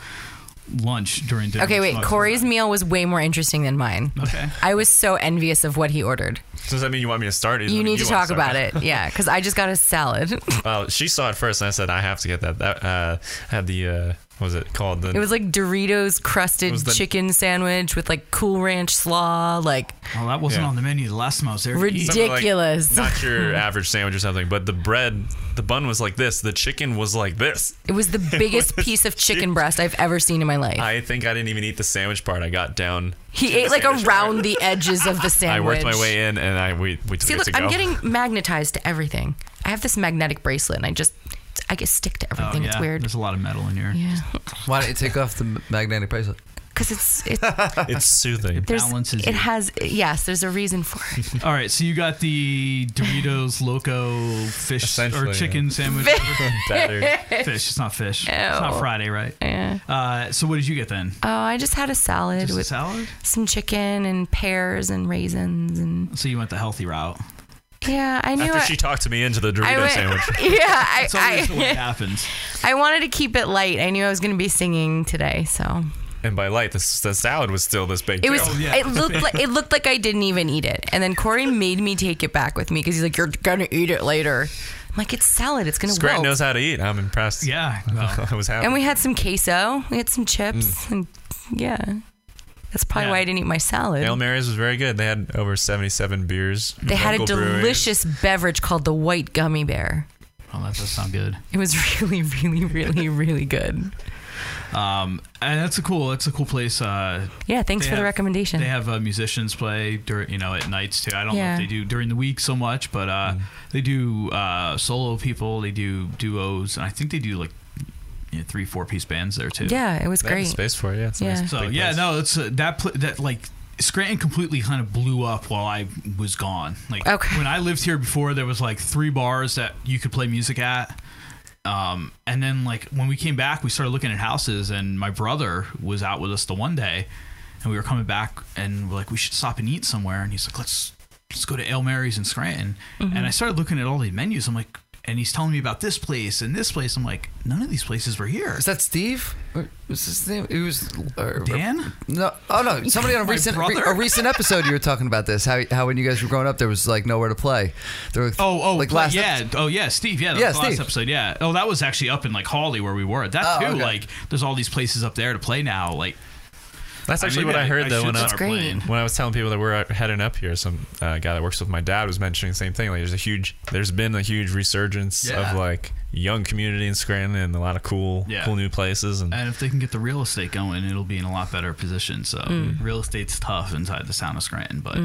Speaker 6: lunch during dinner.
Speaker 8: Okay,
Speaker 6: with
Speaker 8: wait.
Speaker 6: Schmucks.
Speaker 8: Corey's meal was way more interesting than mine.
Speaker 6: Okay.
Speaker 8: I was so envious of what he ordered.
Speaker 9: So does that mean you want me to start? it?
Speaker 8: You
Speaker 9: Does that mean
Speaker 8: need to
Speaker 9: want
Speaker 8: talk
Speaker 9: start
Speaker 8: about it. Yeah,
Speaker 9: [laughs]
Speaker 8: because I just got a salad.
Speaker 9: Well, she saw it first, and I said I have to get that. That uh, had the uh, what was it called? The,
Speaker 8: It was like Doritos crusted
Speaker 9: was the-
Speaker 8: chicken sandwich with like Cool Ranch slaw, like
Speaker 6: Well, Oh, that wasn't
Speaker 9: Yeah.
Speaker 6: on the menu the last time I was there. to eat.
Speaker 9: something like-
Speaker 8: ridiculous.
Speaker 9: [laughs]
Speaker 8: [laughs]
Speaker 9: not your average sandwich or something, but the bread, the bun was like this. The chicken was like this.
Speaker 8: it
Speaker 9: [laughs]
Speaker 8: was the biggest piece of chicken breast I've ever seen in my life.
Speaker 9: I think I didn't even eat the sandwich part. I got down.
Speaker 8: he ate like around the edges of the
Speaker 9: [laughs] I
Speaker 8: sandwich.
Speaker 9: worked my way in, and I we we took
Speaker 8: See,
Speaker 9: it
Speaker 8: look,
Speaker 9: to go.
Speaker 8: I'm
Speaker 9: [laughs]
Speaker 8: getting magnetized to everything. I have this magnetic bracelet, and I just I get stick to
Speaker 6: Oh,
Speaker 8: everything.
Speaker 6: yeah.
Speaker 8: It's weird.
Speaker 6: There's a lot of metal in here.
Speaker 8: [laughs] Yeah,
Speaker 7: Why don't you take off the magnetic bracelet?
Speaker 8: because it's
Speaker 6: [laughs]
Speaker 8: it,
Speaker 9: it's soothing.
Speaker 8: there's
Speaker 6: Balances
Speaker 8: it
Speaker 6: you.
Speaker 8: has yes. There's a reason for
Speaker 6: [laughs]
Speaker 8: it.
Speaker 6: All right, so you got the
Speaker 8: [laughs]
Speaker 6: Doritos Loco fish
Speaker 9: Essentially,
Speaker 6: or
Speaker 9: yeah.
Speaker 6: chicken sandwich.
Speaker 9: [laughs]
Speaker 8: [laughs]
Speaker 9: Better.
Speaker 6: fish. It's not fish. It's not
Speaker 8: Ew.
Speaker 6: Friday, right?
Speaker 8: Yeah.
Speaker 6: Uh, so what did you get then?
Speaker 8: Oh, I just had a salad
Speaker 6: Just a
Speaker 8: with
Speaker 6: salad.
Speaker 8: some chicken and pears and raisins and
Speaker 6: So you went the healthy route.
Speaker 8: yeah. I knew
Speaker 9: After
Speaker 8: I,
Speaker 9: she talked to me into the Dorito
Speaker 8: I went,
Speaker 9: sandwich.
Speaker 8: [laughs] yeah. I,
Speaker 6: That's always what
Speaker 8: [laughs] I,
Speaker 6: happens.
Speaker 8: I wanted to keep it light. I knew I was going to be singing today, so
Speaker 9: And by light, the, s- the salad was still this big.
Speaker 8: it was.
Speaker 6: Oh, yeah.
Speaker 8: It looked like it looked like I didn't even eat it. And then Corey made me take it back with me because he's like, "You're gonna eat it later." I'm like, "It's salad. It's gonna
Speaker 9: Grant
Speaker 8: wilt."
Speaker 9: knows how to eat. I'm impressed. [laughs]
Speaker 6: Yeah. well,
Speaker 9: I was happy.
Speaker 8: and we had some queso. We had some chips, and yeah, that's probably
Speaker 6: Yeah.
Speaker 8: why I didn't eat my salad.
Speaker 9: Hail Mary's was very good. They had over 77 beers.
Speaker 8: they had a
Speaker 9: local breweries.
Speaker 8: delicious beverage called the White Gummy Bear.
Speaker 6: well, that does sound good.
Speaker 8: It was [laughs] really, really, really, really good.
Speaker 6: Um, and that's a cool. That's a cool place. Uh,
Speaker 8: Yeah, thanks
Speaker 6: They
Speaker 8: for the
Speaker 6: have-
Speaker 8: recommendation.
Speaker 6: They have uh, musicians play during, you know, at nights too. I don't know
Speaker 8: Yeah.
Speaker 6: if they do during the week so much, but uh, they do uh, solo people. They do duos, and I think they do like you know, three, four piece bands there too.
Speaker 8: yeah, it was
Speaker 9: They had the
Speaker 8: great.
Speaker 9: space for it. Yeah. It's
Speaker 8: Yeah.
Speaker 9: Nice.
Speaker 6: So
Speaker 9: Big
Speaker 6: yeah,
Speaker 9: place.
Speaker 6: no, it's uh, that pl- that like Scranton completely kind of blew up while I was gone. Like
Speaker 8: Okay.
Speaker 6: when I lived here before, there was like three bars that you could play music at. Um, and then like when we came back, we started looking at houses, and my brother was out with us the one day, and we were coming back, and we're like, we should stop and eat somewhere, and he's like, let's let's go to Ale Mary's in Scranton,
Speaker 7: Mm-hmm.
Speaker 6: and I started looking at all these menus. I'm like. And he's telling me about this place and this place. I'm like, none of these places were here.
Speaker 7: Is that Steve? Or Was his name? It was or-
Speaker 6: Dan?
Speaker 7: No, oh no! Somebody on a
Speaker 6: [laughs] My
Speaker 7: recent
Speaker 6: brother?
Speaker 7: a recent episode, you were talking about this. How how when you guys were growing up, there was like nowhere to play. There were,
Speaker 6: Oh, oh,
Speaker 7: like
Speaker 6: pla-
Speaker 7: last
Speaker 6: yeah,
Speaker 7: episode-
Speaker 6: oh yeah, Steve, yeah, that
Speaker 7: Yeah,
Speaker 6: was the last
Speaker 7: Steve.
Speaker 6: episode, yeah. Oh, that was actually up in like Hawley where we were. That
Speaker 7: Oh,
Speaker 6: too,
Speaker 7: okay.
Speaker 6: like, there's all these places up there to play now. Like,
Speaker 9: That's actually
Speaker 6: maybe
Speaker 9: what I heard though
Speaker 6: should
Speaker 9: when I,
Speaker 6: start
Speaker 8: great.
Speaker 6: playing.
Speaker 9: when I was telling people that we're heading up here. Some uh, guy that works with my dad was mentioning the same thing. Like, there's a huge, there's been a huge resurgence
Speaker 6: Yeah.
Speaker 9: of like young community in Scranton and a lot of cool,
Speaker 6: Yeah.
Speaker 9: cool new places. And
Speaker 6: And if they can get the real estate going, it'll be in a lot better position. So,
Speaker 7: Hmm.
Speaker 6: real estate's tough inside the town of Scranton, but.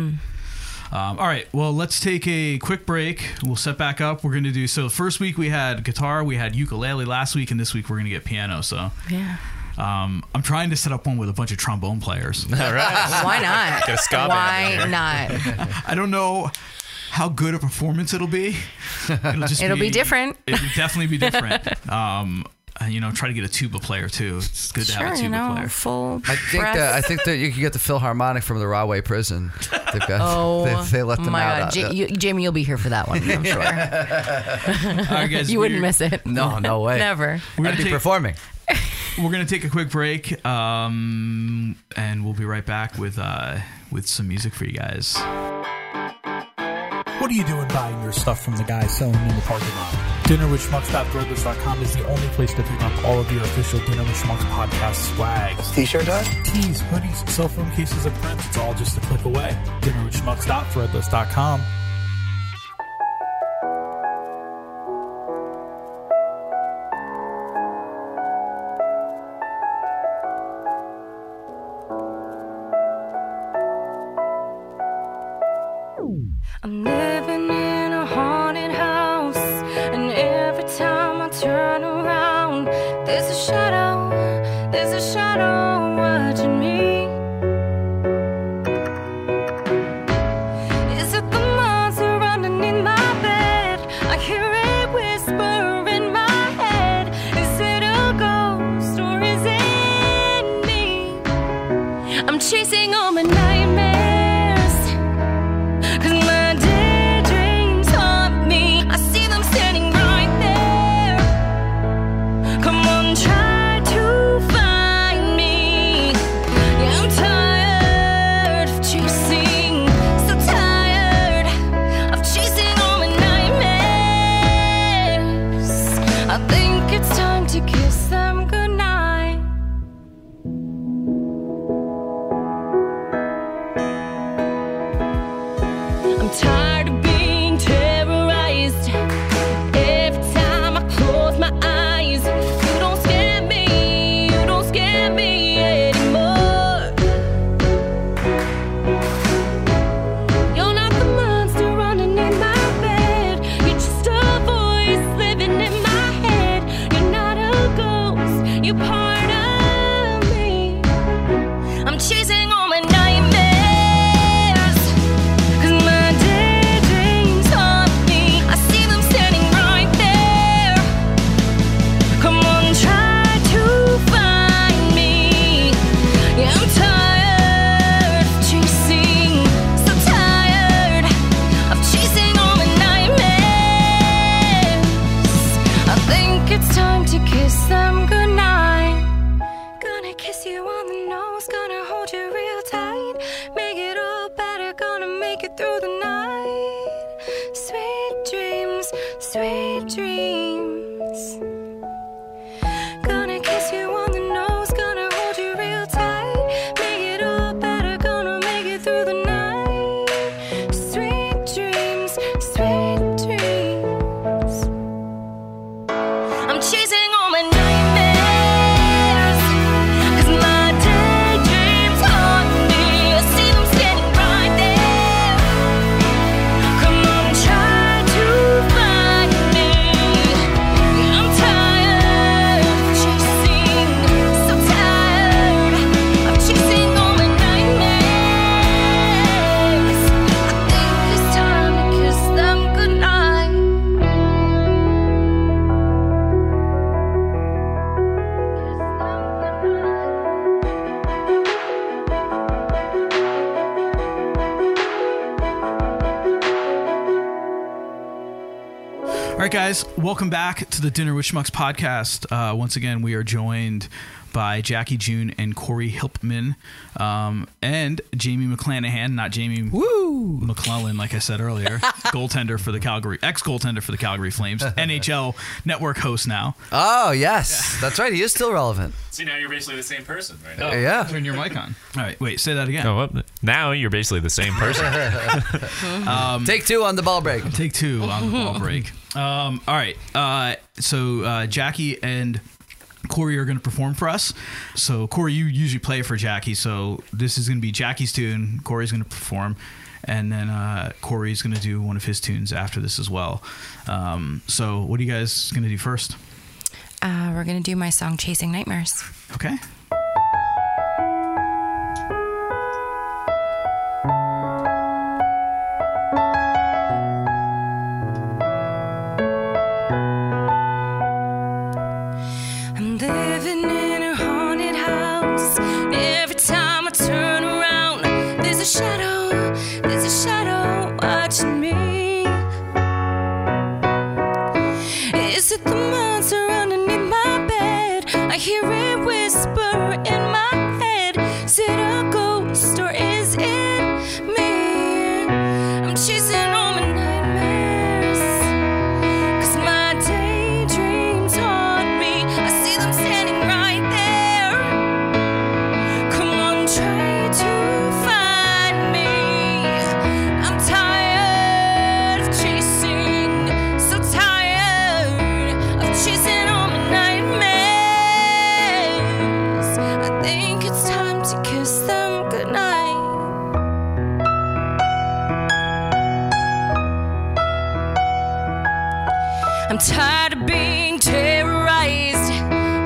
Speaker 6: Um, all right, well, let's take a quick break. We'll set back up. We're going to do so. First week we had guitar, we had ukulele last week, and this week we're going to get piano. So,
Speaker 8: yeah.
Speaker 6: um, I'm trying to set up one with a bunch of trombone players.
Speaker 9: [laughs] all [laughs] right,
Speaker 8: Why not?
Speaker 9: Get a ska band in
Speaker 8: Why
Speaker 9: here.
Speaker 8: not?
Speaker 6: I don't know how good a performance it'll be. It'll just
Speaker 8: [laughs] It'll be different.
Speaker 6: [laughs] It'll definitely be
Speaker 8: [laughs]
Speaker 6: different. Um, uh, you know, try to get a tuba player too. It's good to have
Speaker 8: Sure,
Speaker 6: a tuba
Speaker 8: you know, [laughs]
Speaker 6: player.
Speaker 8: full.
Speaker 7: I think
Speaker 8: breath.
Speaker 7: that, I think that you could get the Philharmonic from the Rahway prison. They've got,
Speaker 8: [laughs] Oh,
Speaker 7: they, they let them
Speaker 8: my
Speaker 7: out.
Speaker 8: God. Ja- you- Jamie, you'll be here for that one,
Speaker 7: [laughs]
Speaker 8: I'm sure.
Speaker 6: All right, guys,
Speaker 8: you wouldn't
Speaker 6: we're-
Speaker 8: miss it.
Speaker 7: no, no way.
Speaker 8: Never.
Speaker 6: We're
Speaker 7: I'd
Speaker 6: gonna,
Speaker 7: be
Speaker 6: take,
Speaker 7: performing.
Speaker 6: we're gonna take a quick break, um, and we'll be right back with uh, with some music for you guys.
Speaker 1: What are you doing buying your stuff from the guy selling in the parking lot? Dinner with Schmucks.threadless.com is the only place to pick up all of your official Dinner with Schmucks podcast swag. T-shirt does? Tees, hoodies, cell phone cases, and prints. It's all just a click away. Dinner with Schmucks.threadless.com.
Speaker 5: I'm living in a haunted house, and every time I turn around, there's a shadow, there's a shadow watching me. Is it the monster underneath my bed? I hear it whisper in my head. Is it a ghost or is it me? I'm chasing all my nightmares. Cause my daydreams haunt me. I see them standing right there. Come on, try to find me. Yeah, I'm tired of chasing. So tired of chasing all my nightmares. I think it's time to kiss them goodnight. at me anymore. You're not the monster underneath my bed. You're just a voice living in my head. You're not a ghost, you're part of me. I'm chasing all my nightmares. Cause my daydreams haunt me. I see them standing right there. Come on, try to find me. Yeah, I'm tired of chasing. So tired of chasing all my nightmares. I think it's time to kiss them goodnight. Gonna kiss you on the nose, gonna hold you real tight. Make it all better, gonna make it through the night. Sweet dreams, sweet dreams. Gonna kiss you on the nose, gonna hold you real tight. Make it all better, gonna make it through the night. Sweet dreams, sweet dreams. I'm chasing all my nightmares. Cause my daydreams haunt me. I see them standing right there. Come on, try to find me. I'm tired of chasing. So tired of chasing all my nightmares. I think it's time to kiss them goodnight.
Speaker 6: All right, guys, welcome back to the Dinner with Schmucks podcast. Uh, once again, we are joined by Jackie June and Corey Hilpman um, and Jamie McClanahan, not Jamie McClellan, like I said [laughs] earlier, goaltender for the Calgary, ex goaltender for the Calgary [laughs] Flames, NHL network host now.
Speaker 7: Oh yes, that's right. He is still relevant.
Speaker 9: See, now you're basically the same person right
Speaker 6: Oh,
Speaker 9: now.
Speaker 7: yeah.
Speaker 6: Turn your mic on. All right, wait, say that again.
Speaker 9: Oh, well, now you're basically the same [laughs] person.
Speaker 6: um,
Speaker 7: Take two on the
Speaker 6: [laughs]
Speaker 7: ball break.
Speaker 6: Take two on the ball break. Um, all right. Uh, so uh, Jackie and Corey are going to perform for us. So Corey, you usually play for Jackie. So this is going to be Jackie's tune. Corey's going to perform, and then uh, Corey's going to do one of his tunes after this as well. Um, so what are you guys going to do first?
Speaker 8: Uh, we're gonna do my song "Chasing Nightmares."
Speaker 6: Okay.
Speaker 5: I'm living in a haunted house. Every time I turn around, there's a shadow, there's a shadow watching me. Is it the monster underneath my bed? I hear it whisper in my head. Is it a ghost or is it me? I'm chasing all my nightmares. Cause my daydreams haunt me. I see them standing right there. Come on, try to find me. I'm tired of chasing, so tired of chasing all my nightmares. I think it's time to kiss them goodnight. I'm tired of being terrorized.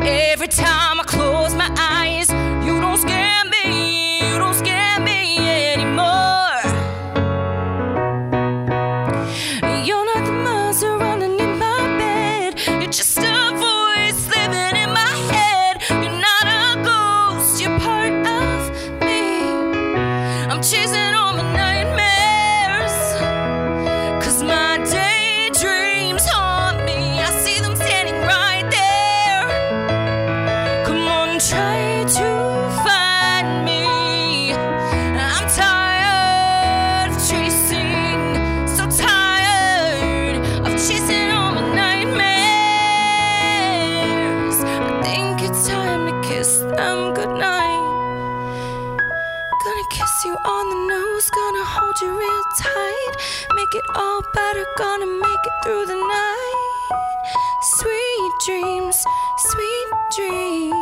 Speaker 5: Every time I close my eyes, you don't scare me, you don't scare me anymore. You're not the monster underneath my bed. You're just a voice living in my head. You're not a ghost, you're part of me. I'm chasing all my nightmares. Cause my daydreams haunt me. I see them standing right there. Come on, try to find me. I'm tired of chasing, so tired of chasing all my nightmares. I think it's time to kiss them goodnight. Gonna kiss you on the nose, gonna hold you real tight. Make it all better, gonna make it through the night. Sweet dreams, sweet dreams.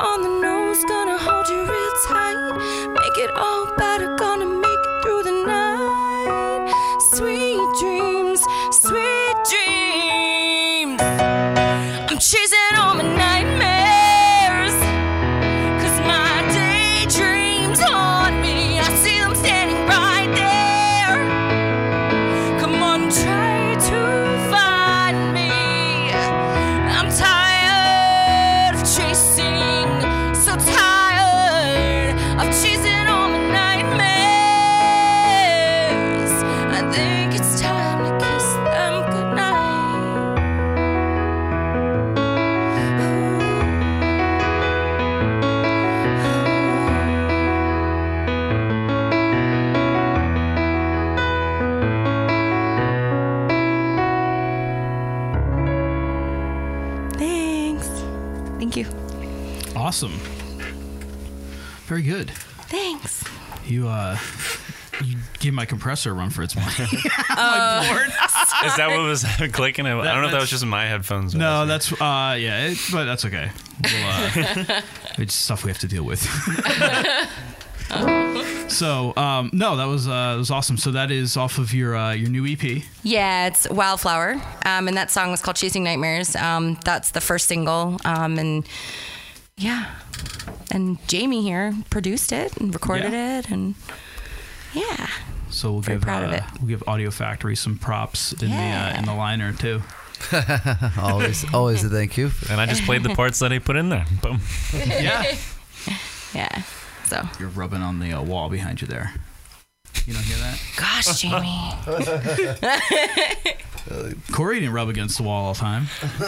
Speaker 2: on the nose, gonna hold you real tight. Make it all better, gonna make it through the night. Sweet dreams, sweet dreams. I'm chasing all my nightmares. Cause my daydreams haunt me. I see them standing right there. Come on, try to find me. I'm tired of chasing, so tired of chasing all my nightmares. I think it's time to kiss them goodnight. Thanks. Thank you.
Speaker 6: Awesome. Very good.
Speaker 2: Thanks.
Speaker 6: You uh, you gave my compressor a run for its money. [laughs]
Speaker 9: Is that what was [laughs] clicking? I don't know if that was
Speaker 6: that's-
Speaker 9: just my headphones.
Speaker 6: no, that's uh, yeah, it, but that's okay. We'll, [laughs] uh, it's stuff we have to deal [laughs] with. so um, no, that was uh, it was awesome. So that is off of your uh, your new EP.
Speaker 8: Yeah, it's Wildflower. Um, and that song was called Chasing Nightmares. Um, that's the first single. Um, and yeah. And Jamie here produced it and recorded
Speaker 6: Yeah.
Speaker 8: it. And yeah.
Speaker 6: So we'll
Speaker 8: Very
Speaker 6: give
Speaker 8: proud of
Speaker 6: uh,
Speaker 8: it.
Speaker 6: we'll give Audio Factory some props in the uh, in the liner too.
Speaker 7: always, always a thank you.
Speaker 9: And I just played the parts that I put in there. Boom.
Speaker 8: [laughs]
Speaker 6: Yeah.
Speaker 8: yeah. So.
Speaker 6: You're rubbing on the uh, wall behind you there. You don't hear that? [laughs]
Speaker 8: Gosh, Jamie.
Speaker 6: Corey didn't rub against the wall all the time. [laughs]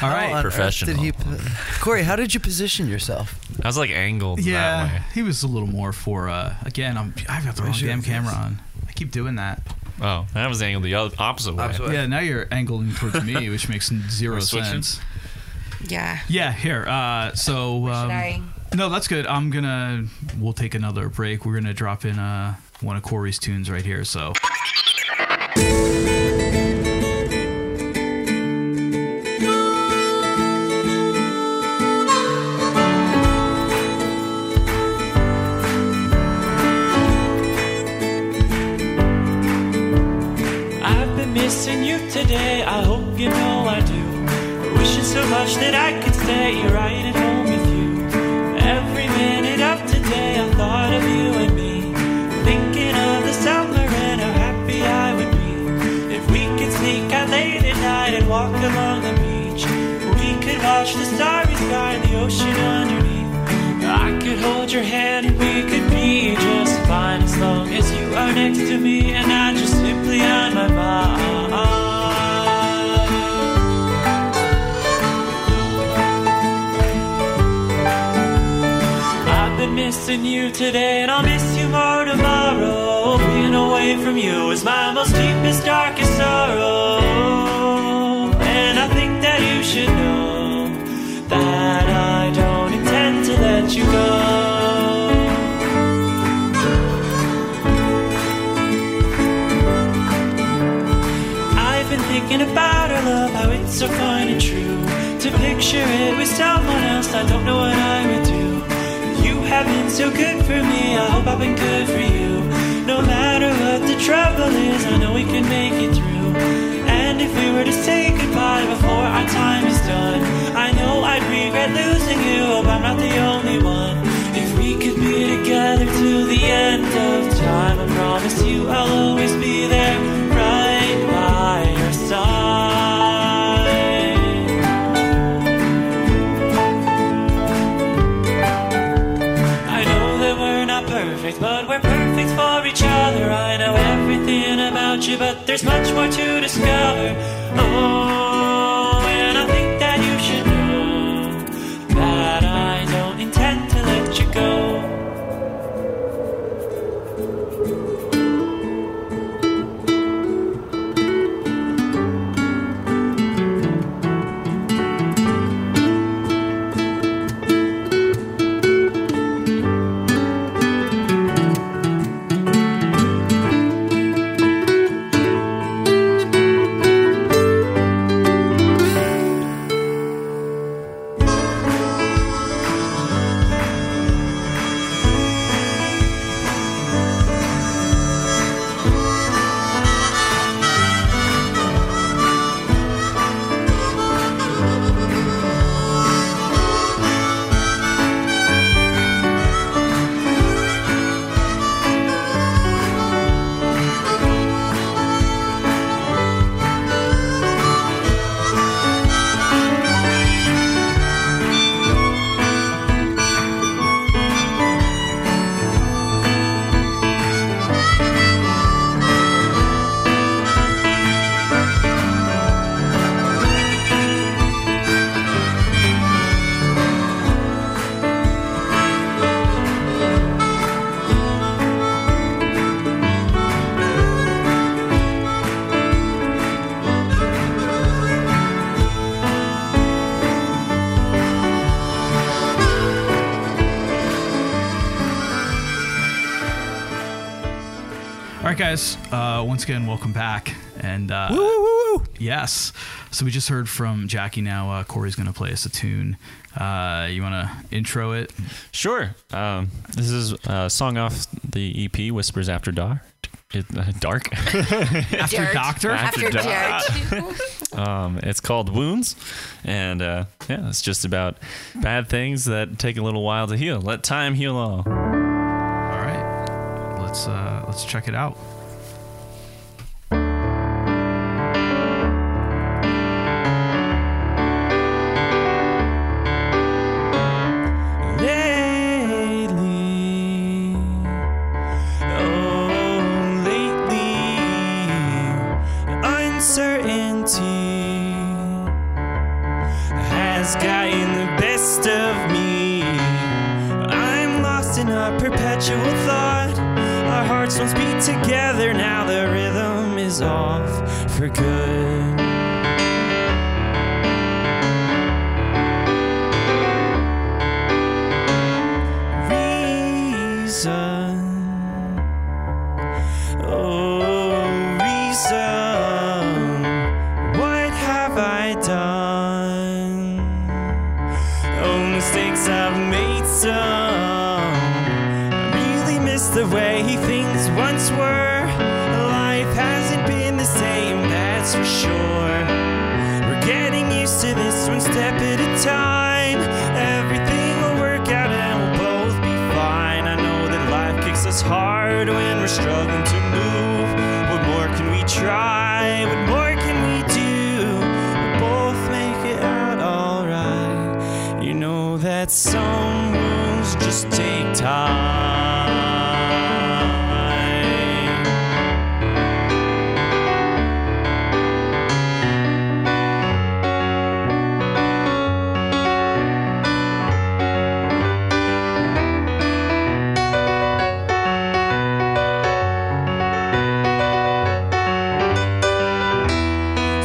Speaker 6: all right.
Speaker 7: Did he, Corey, how did you position yourself?
Speaker 9: I was like angled
Speaker 6: yeah,
Speaker 9: that way.
Speaker 6: he was a little more for. Uh, again, I'm. I've got the wrong
Speaker 9: Where's your
Speaker 6: damn camera
Speaker 9: face?
Speaker 6: on. I keep doing that.
Speaker 9: Oh, I was angled the other, opposite way.
Speaker 6: Yeah, now you're angling towards
Speaker 9: [laughs]
Speaker 6: me, which makes zero
Speaker 9: We're switching?
Speaker 6: sense.
Speaker 8: yeah.
Speaker 6: Yeah, here. Uh, so um,
Speaker 8: I-
Speaker 6: no, that's good. I'm gonna. We'll take another break. We're gonna drop in uh, one of Corey's tunes right here. So.
Speaker 11: I've been missing you today, I hope you know I do. Wishing so much that I could stay right at home with you. Every minute of today, I thought of you and me. Thinking of the summer and how happy I would be. If we could sneak out late at night and walk along the beach, we could watch the starry sky and the ocean underneath. I could hold your hand and we could be just fine as long as you are next to me and not just simply on my mind. I've been missing you today and I'll miss you more tomorrow. Being away from you is my most deepest, darkest sorrow. And I think that you should know that I don't intend to let you go. I've been thinking about our love, how it's so fine and true. To picture it with someone else, I don't know what I would do. You have been so good for me, I hope I've been good for you. No matter what the trouble is, I know we can make it through. And if we were to say goodbye before our time is done, I know I'd regret losing you, hope I'm not the only one. If we could be together till the end of time, I promise you I'll always be there right by your side. I know that we're not perfect, but we're perfect for each other. I know everything about you, but there's much more to discover. Oh, and I think that you should know that I don't intend to let you go.
Speaker 6: guys. Uh, once again, welcome back. And uh, yes, so we just heard from Jackie. Now uh, Corey's going to play us a tune. Uh, you want to intro it?
Speaker 9: Sure. Um, this is a song off the EP Whispers After Dark. It, uh, dark.
Speaker 6: After Dirt. Doctor? After
Speaker 9: Dark. um, it's called Wounds, and uh, yeah, it's just about bad things that take a little while to heal. Let time heal all. All
Speaker 6: right, let's uh, let's check it out.
Speaker 11: Lately, oh, lately, uncertainty has gotten the best of me. I'm lost in a perpetual thought. Our hearts don't beat together now, the rhythm is off for good. reason. Oh, reason. What have I done? Oh, mistakes I've made some. I really miss the way things once were. Life hasn't been the same, that's for sure. We're getting used to this one step at a time. Everything will work out and we'll both be fine. I know that life kicks us hard when we're struggling to move. What more can we try? What more can we do? We'll both make it out alright. You know that some wounds just take time.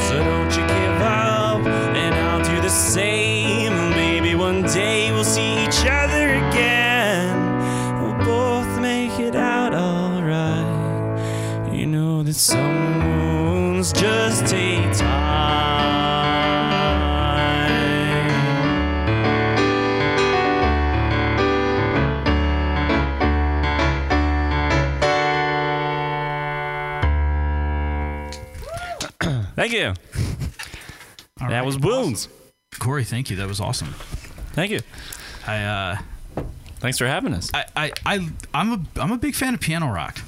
Speaker 11: So don't you give up, and I'll do the same. Maybe one day we'll see each other again. We'll both make it out alright. You know that some wounds just take time.
Speaker 9: Thank you.
Speaker 6: All
Speaker 9: that
Speaker 6: right.
Speaker 9: was Wounds.
Speaker 6: Corey, thank you. That was awesome.
Speaker 9: Thank you.
Speaker 6: I uh,
Speaker 9: thanks for having us.
Speaker 6: I, I, I I'm a I'm a big fan of piano rock.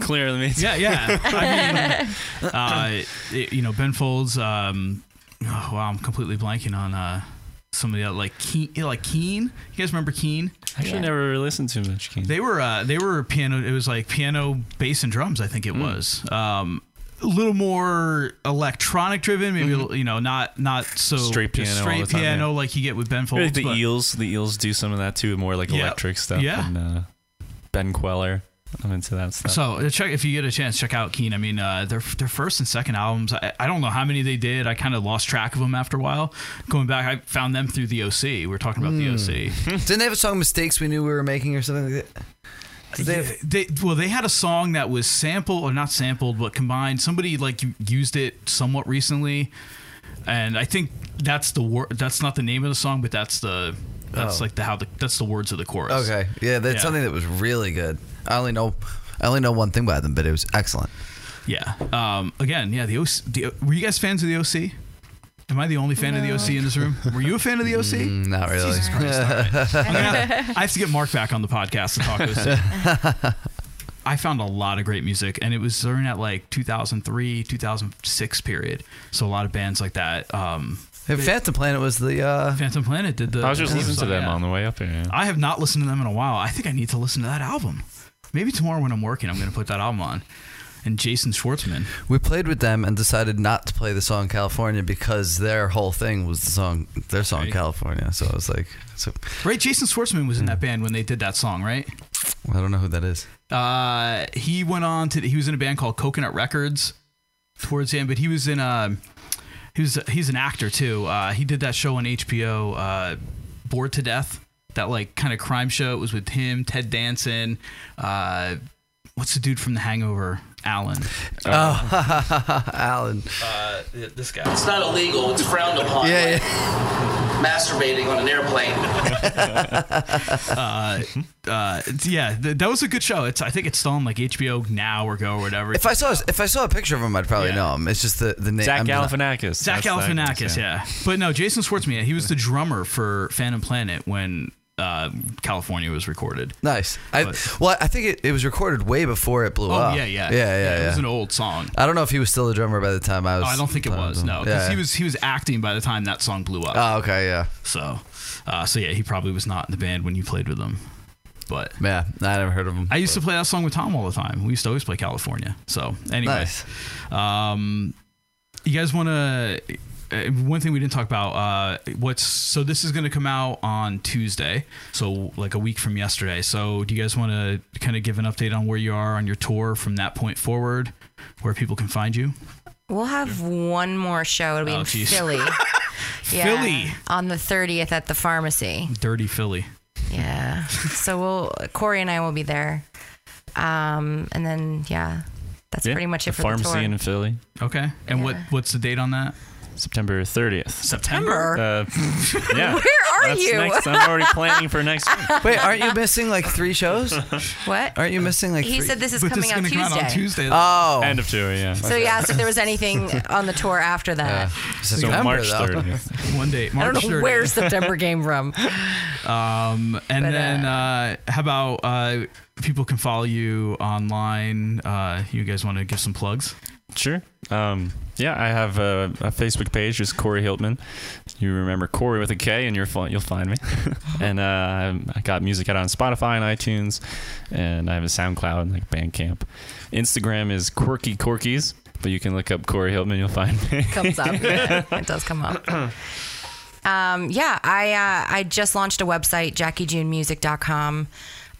Speaker 9: Clearly, me too.
Speaker 6: Yeah, yeah. [laughs] I mean, uh, it- you know, Ben Folds. Um, oh, wow, I'm completely blanking on uh, somebody else, like Keen. Like Keen. You guys remember Keen?
Speaker 9: Actually, never really listened to much Keen.
Speaker 6: They were uh, they were piano. It was like piano, bass, and drums. I think
Speaker 9: Hmm.
Speaker 6: it was. Um, a little more electronic driven, maybe a little you know, not not so
Speaker 9: Mm-hmm. Straight
Speaker 6: just
Speaker 9: piano all
Speaker 6: Straight
Speaker 9: the time, yeah.
Speaker 6: piano like you get with Ben
Speaker 9: I feel
Speaker 6: Folds.
Speaker 9: like the E
Speaker 6: but-
Speaker 9: Eels. The Eels do some of that too, more like
Speaker 6: Yeah.
Speaker 9: electric stuff.
Speaker 6: Yeah.
Speaker 9: And, uh, ben Queller. I'm into that stuff.
Speaker 6: So uh, check if you get a chance, check out Keen. I mean, uh, their their first and second albums. I, I don't know how many they did. I kind of lost track of them after a while. Going back, I found them through the OC. We were talking about the
Speaker 9: Hmm.
Speaker 6: OC.
Speaker 7: Didn't they have a song "Mistakes" we knew we were making or something like that?
Speaker 6: They, they well, they had a song that was sampled or not sampled, but combined. Somebody like used it somewhat recently, and I think that's the word. That's not the name of the song, but that's the that's
Speaker 7: Oh.
Speaker 6: like the how the that's the words of the chorus.
Speaker 7: Okay, yeah, that's
Speaker 6: Yeah.
Speaker 7: something that was really good. I only know, I only know one thing by them, but it was excellent.
Speaker 6: Yeah. Um, again, yeah. The, OC, the were you guys fans of the OC? Am I the only fan of the OC in this room? Were you a fan of the OC?
Speaker 7: not really.
Speaker 6: Jesus
Speaker 7: [laughs]
Speaker 6: Christ, all right. I'm gonna- I have to get Mark back on the podcast to talk OC. I found a lot of great music, and it was during that like 2003, 2006 period. So a lot of bands like that. Um,
Speaker 7: Hey, Phantom Planet was the. Uh,
Speaker 6: Phantom Planet did the.
Speaker 9: I was just
Speaker 6: theme
Speaker 9: listening to
Speaker 6: song,
Speaker 9: them
Speaker 6: yeah.
Speaker 9: on the way up here. yeah.
Speaker 6: I have not listened to them in a while. I think I need to listen to that album. Maybe tomorrow when I'm working, I'm going to put that album on. And Jason Schwartzman.
Speaker 7: We played with them and decided not to play the song California because their whole thing was the song, their song
Speaker 6: Right.
Speaker 7: California. So I was like, so
Speaker 6: Right, Jason Schwartzman was in that band when they did that song, right?
Speaker 7: I don't know who that is.
Speaker 6: Uh, he went on to he was in a band called Coconut Records towards the end, but he was in um he was he's an actor too. Uh, he did that show on HBO, uh, Bored to Death, that like kind of crime show. It was with him, Ted Danson, uh, what's the dude from The Hangover? Alan.
Speaker 7: Oh, [laughs] Alan.
Speaker 6: Uh, th- this guy.
Speaker 12: It's not illegal. It's frowned upon.
Speaker 6: Yeah,
Speaker 12: like Masturbating on an airplane.
Speaker 6: uh, uh, yeah, th- that was a good show. It's I think it's still on like HBO Now or Go or whatever.
Speaker 7: If I saw if I saw a picture of him, I'd probably know him. It's just the the name.
Speaker 6: Zach
Speaker 7: I'm not-
Speaker 9: Galifianakis.
Speaker 6: Zach Galifianakis, yeah. But no, Jason Schwartzman. yeah, He was the drummer for Phantom Planet when uh, California was recorded.
Speaker 7: Nice. I, well, I think it, it was recorded way before it blew
Speaker 6: Oh,
Speaker 7: up.
Speaker 6: yeah, yeah.
Speaker 7: yeah, yeah,
Speaker 6: Yeah,
Speaker 7: yeah.
Speaker 6: it was an old song.
Speaker 7: I don't know if he was still a drummer by the time I was.
Speaker 6: Oh, I don't think it was. No, because
Speaker 7: yeah.
Speaker 6: he was he was acting by the time that song blew up.
Speaker 7: Oh, okay, yeah.
Speaker 6: So, uh, so yeah, he probably was not in the band when you played with him. But
Speaker 7: yeah, I never heard of him.
Speaker 6: I used to play that song with Tom all the time. We used to always play California. So, anyway, um, you guys want to? One thing we didn't talk about. Uh, what's so? This is going to come out on Tuesday, so like a week from yesterday. So, do you guys want to kind of give an update on where you are on your tour from that point forward, where people can find you?
Speaker 8: We'll have one more show. It'll be
Speaker 6: Oh,
Speaker 8: in
Speaker 6: geez.
Speaker 8: Philly.
Speaker 6: [laughs] Philly.
Speaker 8: On the 30th at the pharmacy.
Speaker 6: Dirty Philly.
Speaker 8: Yeah. so we'll Corey and I will be there. Um, and then yeah, that's pretty much it for
Speaker 9: pharmacy
Speaker 8: the tour.
Speaker 9: in Philly.
Speaker 6: Okay. And what what's the date on that?
Speaker 9: September 30th.
Speaker 6: September?
Speaker 9: Uh, [laughs] yeah.
Speaker 8: Where are
Speaker 9: That's
Speaker 8: you?
Speaker 9: Next. I'm already planning for [laughs] next week.
Speaker 7: Wait, aren't you missing like three shows?
Speaker 8: What?
Speaker 7: Aren't you missing like?
Speaker 8: He
Speaker 7: three-
Speaker 8: said [laughs] this is But this coming is out gonna come out on Tuesday. Uh, Tuesday.
Speaker 7: Oh,
Speaker 9: End of tour. Yeah.
Speaker 8: So he asked if [laughs] there was anything on the tour after that.
Speaker 9: So March 30th.
Speaker 6: One day, March
Speaker 8: I don't know
Speaker 6: 30th.
Speaker 8: where September came [laughs] from.
Speaker 6: Um, and then uh, how about uh, people can follow you online? Uh, you guys want to give some plugs?
Speaker 9: Sure. Um, yeah, I have a, a Facebook page, just Corey Hiltman. You remember Corey with a K, and you're fi- you'll find [laughs] me. and uh, I'm- I got music out on Spotify and iTunes, and I have a SoundCloud and like Bandcamp. Instagram is Quirky Corkies, but you can look up Corey Hiltman, you'll find me. [laughs]
Speaker 6: [laughs]
Speaker 8: comes up. Yeah, it does come up. Um, yeah, I uh, I just launched a website, JackieJuneMusic.com.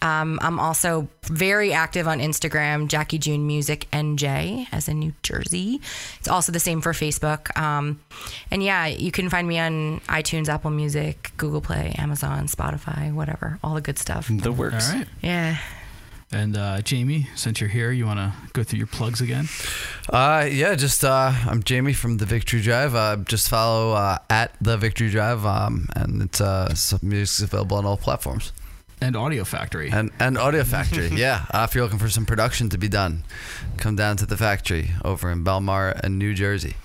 Speaker 8: Um, I'm also very active on Instagram, Jackie June Music NJ, as in New Jersey. It's also the same for Facebook. Um, and yeah, you can find me on iTunes, Apple Music, Google Play, Amazon, Spotify, whatever, all the good stuff.
Speaker 9: The works.
Speaker 6: All right.
Speaker 8: Yeah.
Speaker 6: And uh, Jamie, since you're here, you want to go through your plugs again?
Speaker 7: Uh, yeah, just uh, I'm Jamie from the Victory Drive. Uh, just follow uh, at the Victory Drive, um, and it's uh, some music's available on all platforms.
Speaker 6: And Audio Factory.
Speaker 8: Uh,
Speaker 7: And and
Speaker 6: [laughs]
Speaker 7: Audio Factory, yeah. Uh, if you're looking for some production to be done, come down to the factory over in Belmar and
Speaker 6: [laughs]
Speaker 7: New Jersey.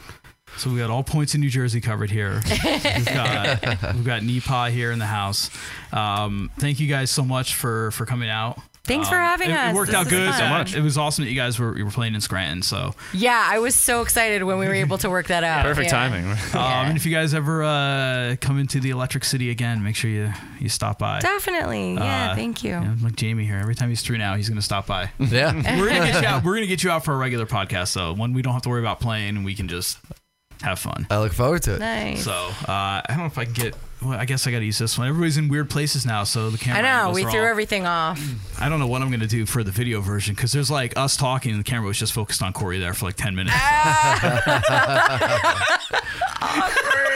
Speaker 6: So we got all points in New Jersey covered
Speaker 8: [laughs]
Speaker 6: here. we've got we've got Nepa here in the house. Um, thank you guys so much for for coming out.
Speaker 8: Thanks for
Speaker 6: Um,
Speaker 8: having
Speaker 6: it,
Speaker 8: us.
Speaker 6: It worked
Speaker 8: This
Speaker 6: out
Speaker 8: is
Speaker 6: good.
Speaker 8: fun. So much.
Speaker 6: It was awesome that you guys were you were playing in Scranton. So
Speaker 8: Yeah, I was so excited when we were able to work that out. Yeah.
Speaker 6: Um, and if you guys ever uh, come into the Electric City again, make sure you you stop by.
Speaker 8: Definitely. Yeah,
Speaker 6: Uh,
Speaker 8: thank you.
Speaker 6: yeah, like Jamie here. Every time he's through now, he's gonna stop by.
Speaker 7: Yeah,
Speaker 6: we're gonna get you
Speaker 8: [laughs]
Speaker 6: out. We're gonna get you out for a regular podcast though, when we don't have to worry about playing and we can just have fun.
Speaker 7: I look forward to it.
Speaker 8: Nice.
Speaker 6: So uh, I don't know if I can get. Well, I guess I gotta use this one. Everybody's in weird places now, so the camera.
Speaker 8: I know,
Speaker 6: angles
Speaker 8: we
Speaker 6: are
Speaker 8: threw
Speaker 6: all-
Speaker 8: everything
Speaker 6: [laughs]
Speaker 8: off.
Speaker 6: I don't know what I'm gonna do for the video version because there's like us talking and the camera was just focused on Corey there for like ten
Speaker 8: [laughs]
Speaker 6: minutes.
Speaker 8: Ah!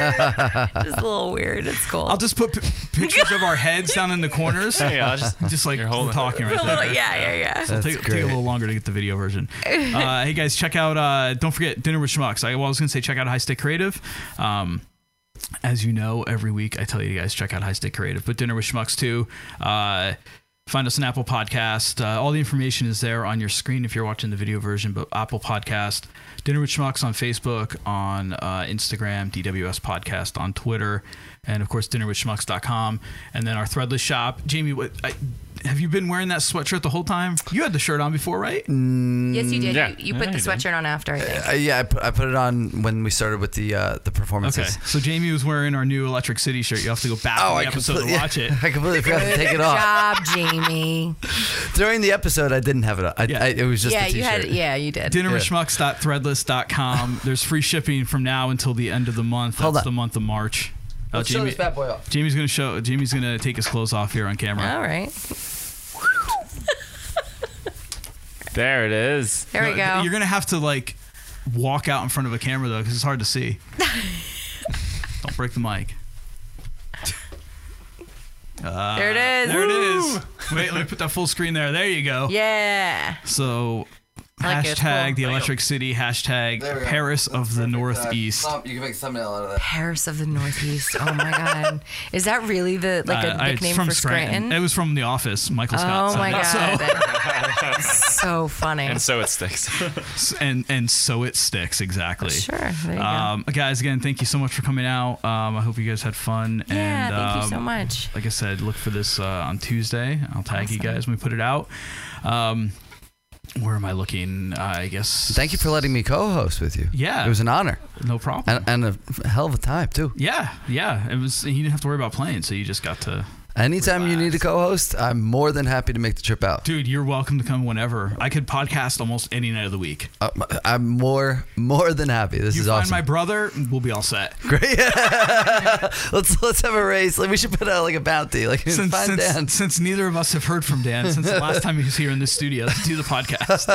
Speaker 8: It's a little weird. It's cool.
Speaker 6: I'll just put p- pictures of our heads down in the corners.
Speaker 9: Yeah, I'll just-
Speaker 6: like we're talking right
Speaker 8: [laughs] A
Speaker 6: there.
Speaker 8: little- yeah, yeah, yeah.
Speaker 6: So it'll
Speaker 8: That's
Speaker 6: take, take a little longer to get the video
Speaker 8: [laughs]
Speaker 6: version. Uh, hey guys, check out. Uh, don't forget dinner with schmucks. I, well, I was gonna say check out High Stick Creative. Um, as you know, every week I tell you guys check out High Stick Creative, but dinner with schmucks too. Uh, Find us on Apple Podcast. Uh, all the information is there on your screen if you're watching the video version. But Apple Podcast, Dinner with Schmucks on Facebook, on uh, Instagram, DWS Podcast on Twitter, and of course dinnerwithschmucks.com. And then our Threadless shop. Jamie, what, I, have you been wearing that sweatshirt the whole time? You had the shirt on before, right?
Speaker 7: Mm,
Speaker 8: Yes, you did. You, you put the sweatshirt on after, I think.
Speaker 7: Uh, yeah, I put, I put it on when we started with the uh,
Speaker 6: Okay,
Speaker 7: the performances.
Speaker 6: so Jamie was wearing our new Electric City shirt. You have to go back
Speaker 7: Oh,
Speaker 6: to
Speaker 7: I
Speaker 6: the episode to
Speaker 7: [laughs] complete-
Speaker 6: watch it.
Speaker 7: I completely forgot to take it
Speaker 8: Good [laughs]
Speaker 7: off.
Speaker 8: job, Jamie.
Speaker 7: During the episode, I didn't have it. on. I, I, it was just
Speaker 8: yeah,
Speaker 7: the
Speaker 8: you
Speaker 7: t-shirt.
Speaker 8: had. Yeah, you
Speaker 7: [laughs]
Speaker 8: did.
Speaker 6: dinnerwithschmucks.threadless.com. There's free shipping from now until the end of the month. That's the month of March. Uh,
Speaker 7: Let's show this bad boy off.
Speaker 6: Jamie's gonna show. Jamie's gonna take his clothes off here on camera.
Speaker 8: All right.
Speaker 9: There it is.
Speaker 8: There we go.
Speaker 6: You're gonna have to like walk out in front of a camera though, because it's hard to
Speaker 8: [laughs]
Speaker 6: see. Don't break the mic. Uh,
Speaker 8: There it is.
Speaker 6: There it is. Wait, let me put that full screen there. There you go.
Speaker 8: Yeah.
Speaker 6: So
Speaker 7: I like it. It's
Speaker 6: hashtag
Speaker 7: cool.
Speaker 6: the Electric City, hashtag
Speaker 7: There we go.
Speaker 6: Paris of the Northeast.
Speaker 7: Thumb- You can make a thumbnail out of that.
Speaker 8: Paris of the Northeast. Oh
Speaker 6: [laughs]
Speaker 8: my God. Is that really the like a
Speaker 6: Uh, I- it's
Speaker 8: nickname
Speaker 6: from
Speaker 8: for Scranton?
Speaker 6: It was from The Office. Michael Scott.
Speaker 8: Oh
Speaker 6: said
Speaker 8: my
Speaker 6: it.
Speaker 8: God.
Speaker 6: [laughs]
Speaker 8: so funny.
Speaker 6: so it
Speaker 9: [laughs]
Speaker 6: sticks. and and so it sticks exactly.
Speaker 8: Sure, there you go.
Speaker 6: um, Guys, again, thank you so much for coming out. Um, I hope you guys had fun.
Speaker 8: Yeah,
Speaker 6: and,
Speaker 8: thank you so
Speaker 6: um,
Speaker 8: much.
Speaker 6: Like I said, look for this uh, on Tuesday. I'll tag you
Speaker 8: Awesome.
Speaker 6: guys when we put it out. Um, where am I looking? I guess.
Speaker 7: Thank you for letting me co-host with you.
Speaker 6: Yeah.
Speaker 7: it was an honor.
Speaker 6: No problem.
Speaker 7: And, and a hell of a time too.
Speaker 6: Yeah, yeah. It was. You didn't have to worry about playing, so you just got to.
Speaker 7: Anytime you need a co-host, I'm more than happy to make the trip out.
Speaker 6: Dude, you're welcome to come whenever. I could podcast almost any night of the week.
Speaker 7: Uh, I'm more more than happy. This
Speaker 6: you
Speaker 7: is
Speaker 6: find
Speaker 7: awesome.
Speaker 6: my brother, we'll be all set.
Speaker 7: Great. [laughs] let's let's have a race. Like we should put out like a bounty. Like
Speaker 6: Since,
Speaker 7: find
Speaker 6: since-
Speaker 7: Dan.
Speaker 6: since neither of us have heard from Dan since the last time he was here in the studio to do the podcast.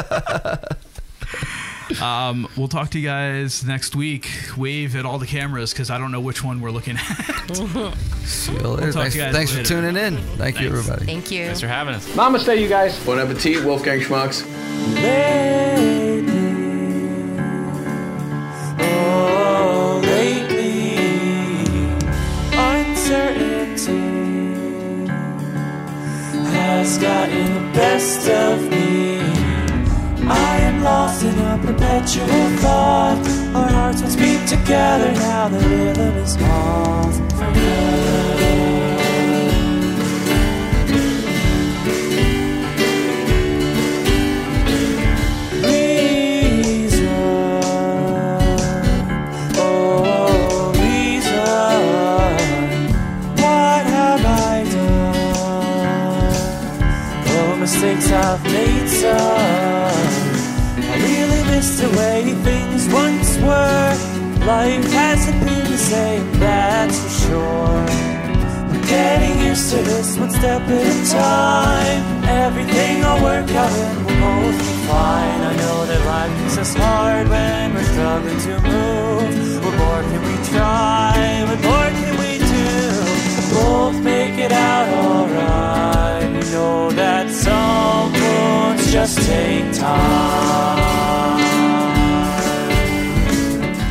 Speaker 6: um, we'll talk to you guys next week. Wave at all the cameras because I don't know which one we're looking at.
Speaker 7: See you later.
Speaker 6: We'll talk
Speaker 7: thanks
Speaker 6: to you guys
Speaker 7: thanks for
Speaker 6: later.
Speaker 7: tuning in. Thank you, everybody.
Speaker 8: Thank you.
Speaker 9: Thanks for having us.
Speaker 13: Namaste, you guys. Bon appetit, Wolfgang Schmucks.
Speaker 11: Oh, lately, uncertainty has gotten the best of me. I am lost in a perpetual thought. Our hearts would beat together now. The rhythm is off forever. Reason, oh reason, what have I done? Oh mistakes I've made some. I really miss the way things once were. Life hasn't been the same, that's for sure. We're getting used to this one step at a time. Everything will work out and we'll both be fine. I know that life makes us hard when we're struggling to move. What more can we try? What more can we do? We'll both make it out alright. We know that some wounds just take time.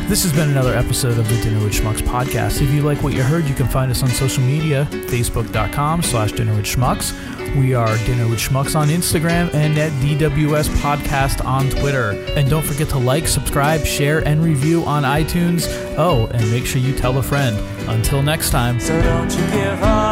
Speaker 1: This has been another episode of the Dinner with Schmucks podcast. If you like what you heard, you can find us on social media, facebook.com slash dinner with schmucks. We are Dinner with Schmucks on Instagram and at DWS Podcast on Twitter. And don't forget to like, subscribe, share, and review on iTunes. Oh, and make sure you tell a friend. Until next time.
Speaker 11: So don't you give up.